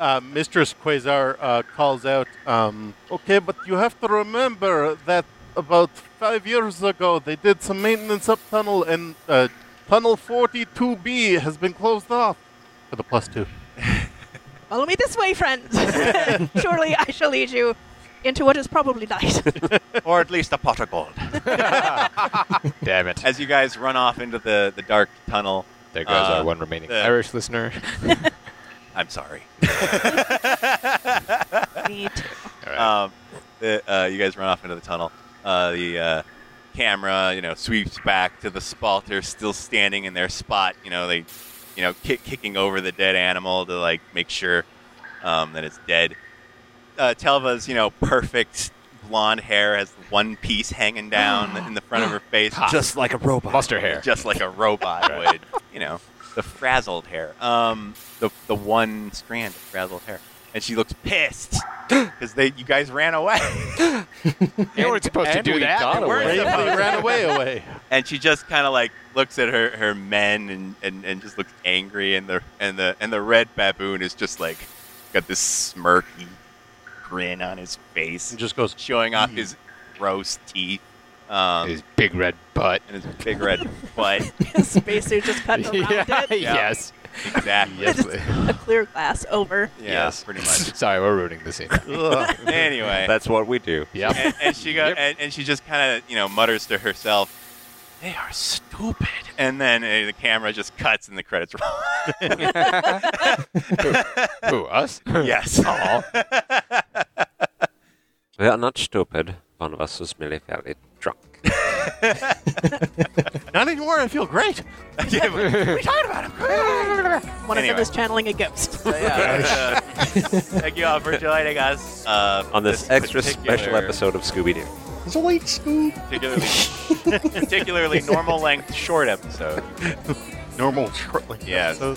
Speaker 1: uh, Mistress Quasar uh, calls out, um, okay, but you have to remember that about five years ago they did some maintenance up tunnel and uh, tunnel 42B has been closed off for the plus two.
Speaker 7: Ah.
Speaker 6: Follow me this way, friends. *laughs* surely I shall lead you into what is probably light.
Speaker 3: or at least a pot of gold.
Speaker 5: *laughs* Damn it.
Speaker 3: As you guys run off into the, the dark tunnel. um,
Speaker 5: There goes
Speaker 3: uh,
Speaker 5: our one remaining Irish listener.
Speaker 3: I'm sorry.
Speaker 6: *laughs* Me too. *laughs*
Speaker 3: um, the, uh, you guys run off into the tunnel. Uh, the uh, camera, you know, sweeps back to the spalter still standing in their spot. You know, they, you know, kick, kicking over the dead animal to like make sure um, that it's dead. Uh, Telva's, you know, perfect blonde hair has one piece hanging down in the front of her face,
Speaker 7: Just like a robot.
Speaker 5: Mustard hair.
Speaker 3: just like a
Speaker 5: *laughs*
Speaker 3: robot would. You know, the frazzled hair. Um, the the one strand of frazzled hair, and she looks
Speaker 5: *gasps*
Speaker 3: pissed because they you guys ran away.
Speaker 5: You weren't supposed to
Speaker 3: and
Speaker 5: do
Speaker 3: we
Speaker 5: that.
Speaker 3: *laughs* got
Speaker 5: We weren't
Speaker 3: away.
Speaker 5: supposed
Speaker 1: Bravely
Speaker 5: to.
Speaker 1: ran away,
Speaker 7: *laughs*
Speaker 1: away.
Speaker 3: and she just kind of like looks at her, her men and, and, and just looks angry and the and the and the red baboon is just like got this smirky grin on his face
Speaker 1: and just goes
Speaker 3: showing off his gross teeth um,
Speaker 5: His big red butt.
Speaker 3: and his big red
Speaker 5: *laughs*
Speaker 3: butt
Speaker 6: Spacesuit just cut around it.
Speaker 5: Yes.
Speaker 3: exactly
Speaker 6: *laughs*
Speaker 5: Yes.
Speaker 6: A clear glass over.
Speaker 3: Yeah, pretty much
Speaker 5: *laughs* Sorry, we're ruining the scene.
Speaker 3: anyway
Speaker 4: That's what we do.
Speaker 5: Yep.
Speaker 3: and, and she go, and, and she just kind of you know mutters to herself they are stupid and then uh, the camera just cuts and the credits
Speaker 4: *laughs*
Speaker 3: roll
Speaker 15: *laughs*
Speaker 5: Who, us?
Speaker 3: yes
Speaker 5: Aw.
Speaker 4: We are not stupid. One of us is merely very drunk.
Speaker 3: *laughs*
Speaker 1: Not anymore, I feel great.
Speaker 3: Yeah, but-
Speaker 6: *laughs* We talked about him. One of
Speaker 3: Anyway.
Speaker 6: them is channeling a *laughs* ghost.
Speaker 4: Oh
Speaker 3: yeah, uh, *laughs* thank you all for joining us uh,
Speaker 4: On this, extra special
Speaker 3: particular-
Speaker 4: episode of Scooby Doo.
Speaker 2: It's a late school.
Speaker 3: particularly, *laughs* particularly normal length short episode.
Speaker 1: Normal short like
Speaker 3: Yeah.
Speaker 1: So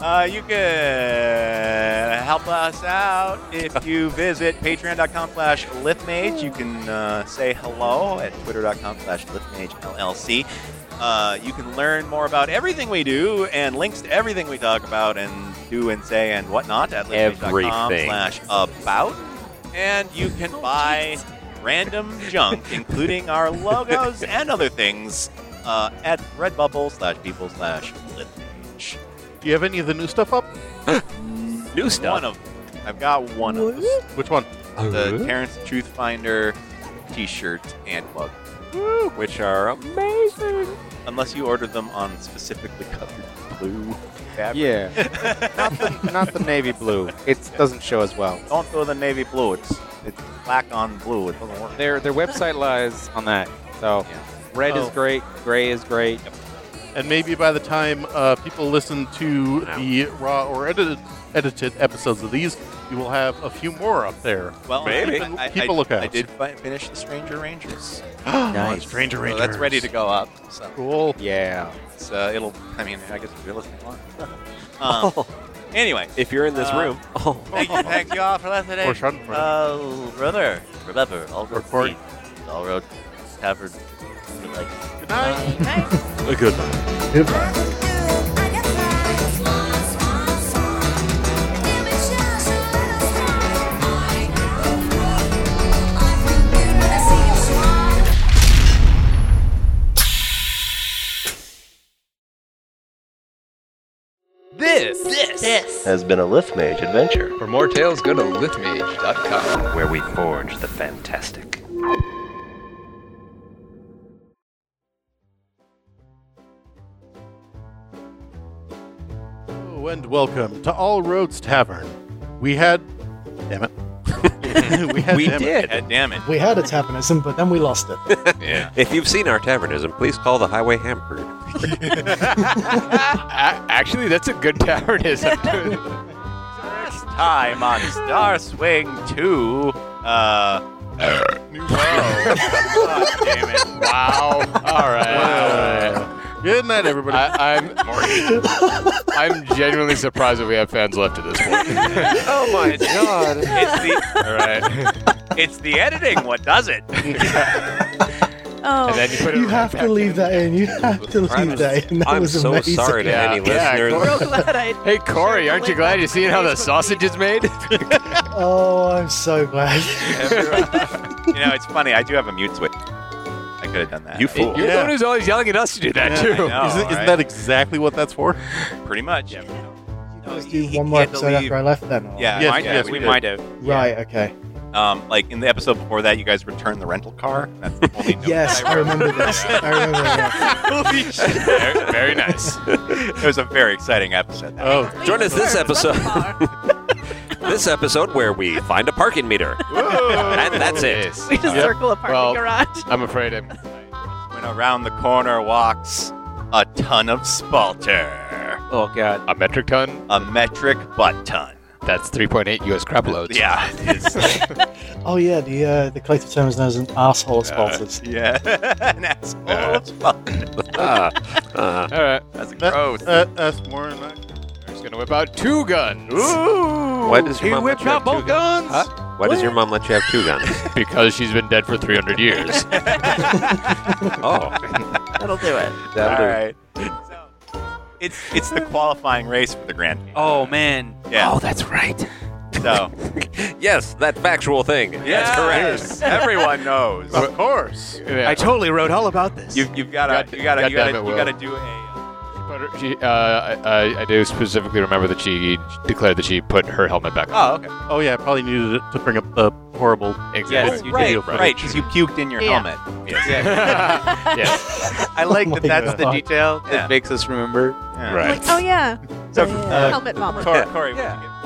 Speaker 3: Uh, you can help us out if you visit patreon.com slash lithmage. You can uh, say hello at twitter.com slash lithmage LLC. Uh, you can learn more about everything we do and links to everything we talk about and do and say and whatnot at lithmage.com
Speaker 4: Everything.
Speaker 3: slash about. And you can buy random junk, including our logos and other things uh, at redbubble slash people slash lithmage.
Speaker 1: do you have any of the new stuff up?
Speaker 4: New stuff.
Speaker 3: One of I've got one of those.
Speaker 1: Which one?
Speaker 3: The Terrence Truth Finder T-shirt and mug,
Speaker 4: which are um, amazing.
Speaker 3: unless you order them on specifically colored blue fabric.
Speaker 12: Yeah. not, the, not the navy blue. It doesn't show as well.
Speaker 3: Don't throw the navy blue. It's it's black on blue. It doesn't work.
Speaker 12: Their their website lies on that. So
Speaker 3: Yeah.
Speaker 12: red
Speaker 1: Oh.
Speaker 12: is great, gray is great.
Speaker 1: And maybe by the time uh, people listen to the raw or edited edited episodes of these, you will have a few more up there.
Speaker 3: Well,
Speaker 4: Maybe.
Speaker 3: I, I,
Speaker 1: Keep a
Speaker 3: I-
Speaker 1: lookout.
Speaker 3: I
Speaker 1: *gasps*
Speaker 3: did fi- finish the Stranger Rangers.
Speaker 1: nice. Oh, Stranger
Speaker 3: So
Speaker 1: Rangers.
Speaker 3: that's ready to go up. So
Speaker 1: Cool.
Speaker 12: Yeah.
Speaker 3: it's, uh, it'll. I mean, I guess we'll listen to it. *laughs* Um, Anyway,
Speaker 4: If you're in this
Speaker 3: Uh,
Speaker 4: room, *laughs* oh,
Speaker 3: thank you, thank you all for listening.
Speaker 1: Or Schadenfreude.
Speaker 3: Uh, brother, remember, all roads
Speaker 1: Record.
Speaker 3: lead to all roads tavern. Like uh,
Speaker 1: Good night.
Speaker 6: Okay.
Speaker 4: a good one.
Speaker 15: This, this, has been a Lift Mage adventure. For more tales, go to lithmage.com, where we forge the fantastic.
Speaker 1: Oh, Hello and welcome to All Roads Tavern. We had, damn it, *laughs*
Speaker 3: we
Speaker 2: had
Speaker 3: we
Speaker 2: damn it.
Speaker 3: did. God damn it.
Speaker 2: We had a tavernism, but then we lost it.
Speaker 4: yeah. If you've seen our tavernism, please call the Highway Hampered.
Speaker 5: Actually, that's a good
Speaker 15: *laughs*
Speaker 5: *laughs* tavernism.
Speaker 3: Next time on Star Swing 2. Uh. God damn it.
Speaker 5: Wow. All right.
Speaker 1: Good night, everybody.
Speaker 5: I, I'm I'm genuinely surprised that we have fans left at
Speaker 15: *laughs*
Speaker 5: this point.
Speaker 3: oh my god. It's the,
Speaker 5: All right.
Speaker 3: it's the editing. What does *laughs* it?
Speaker 6: *laughs* Oh.
Speaker 5: And then you put it
Speaker 2: You have to leave that in. You have to leave *laughs* that in. That
Speaker 5: I'm
Speaker 2: was
Speaker 5: so
Speaker 2: amazing.
Speaker 5: sorry to any Yeah, listeners.
Speaker 6: *laughs* I'm real glad I.
Speaker 5: *laughs* Hey Corey, aren't you glad you seen how the sausage is made?
Speaker 2: Oh, I'm so glad.
Speaker 3: You know, it's funny. I do have a mute switch. I could have done that.
Speaker 4: You fool.
Speaker 5: You're the one who's always yelling at us to do that
Speaker 3: Yeah, I
Speaker 5: too.
Speaker 3: know,
Speaker 1: isn't, isn't
Speaker 3: right?
Speaker 1: that exactly what that's for?
Speaker 3: Pretty much.
Speaker 2: Let's do one more
Speaker 3: had to
Speaker 2: episode
Speaker 3: leave.
Speaker 2: after I left then. or-
Speaker 3: Yeah,
Speaker 1: Yes,
Speaker 3: mine-
Speaker 1: yes, we
Speaker 3: yeah, we
Speaker 1: did.
Speaker 3: might have.
Speaker 2: Right, okay.
Speaker 3: Um, like in the episode before that, you guys returned the rental car. That's the only note
Speaker 2: Yes,
Speaker 3: that I
Speaker 2: I remember this. *laughs* I remember that.
Speaker 3: Holy shit.
Speaker 5: Very, very nice.
Speaker 3: It was a very exciting episode. That
Speaker 1: *laughs* Oh,
Speaker 4: Join us this
Speaker 6: Sure,
Speaker 4: episode.
Speaker 6: rental car.
Speaker 4: this episode where we find a parking meter. and that's it.
Speaker 6: We just
Speaker 5: *laughs* Yep.
Speaker 6: circle a parking
Speaker 5: Well-
Speaker 6: garage. *laughs*
Speaker 5: I'm afraid I'm.
Speaker 3: When around the corner walks a ton of spalter,
Speaker 12: Oh god.
Speaker 5: A metric ton?
Speaker 3: a metric butt ton.
Speaker 5: That's 3.8 US crap loads.
Speaker 3: Yeah, it is.
Speaker 2: Oh yeah, the uh, the collective term is known as an asshole of sponsors.
Speaker 3: yeah, *laughs* an asshole of spalter.
Speaker 4: Ah, ah.
Speaker 5: All right.
Speaker 3: That's
Speaker 1: That-
Speaker 3: gross.
Speaker 1: Uh, that's more than I.
Speaker 5: I'm just going to whip out two guns.
Speaker 3: Ooh,
Speaker 4: Why does your
Speaker 12: Oh, He
Speaker 4: mom let
Speaker 12: whipped
Speaker 4: you have
Speaker 12: out
Speaker 4: two
Speaker 12: both
Speaker 4: guns?
Speaker 12: guns.
Speaker 4: Why does your mom let you have two guns?
Speaker 5: *laughs* Because she's been dead for 300 years.
Speaker 4: Oh,
Speaker 6: *laughs* That'll do it.
Speaker 4: that'll do.
Speaker 3: All right. So, it's it's the qualifying race for the grand. Prix.
Speaker 12: Oh man.
Speaker 3: Yeah.
Speaker 13: Oh, that's right.
Speaker 3: So
Speaker 4: Yes, that factual thing. That's correct.
Speaker 3: everyone knows.
Speaker 1: Of course.
Speaker 5: *laughs* Yeah.
Speaker 13: I totally wrote all about this.
Speaker 3: You, you've got to you got to you
Speaker 5: Goddamn
Speaker 3: got
Speaker 5: it,
Speaker 3: to
Speaker 5: Will.
Speaker 3: you got to do a.
Speaker 5: But her- she, uh, I, I- I do specifically remember that she declared that she put her helmet back on.
Speaker 3: Oh, okay.
Speaker 1: Oh yeah, I probably needed it to bring up the horrible.
Speaker 3: Yes,
Speaker 5: Exactly.
Speaker 3: you
Speaker 1: Video
Speaker 3: did.
Speaker 1: footage.
Speaker 3: Oh, Right, because you puked in your
Speaker 6: Yeah.
Speaker 3: helmet.
Speaker 5: *laughs* yes.
Speaker 12: I *laughs* like
Speaker 2: Oh
Speaker 12: that.
Speaker 2: my
Speaker 12: That's the
Speaker 2: God.
Speaker 12: detail
Speaker 3: Yeah.
Speaker 12: that makes us remember.
Speaker 3: Yeah.
Speaker 6: Like, oh yeah.
Speaker 3: So,
Speaker 6: Helmet mama.
Speaker 3: Corey, Corey
Speaker 12: Yeah.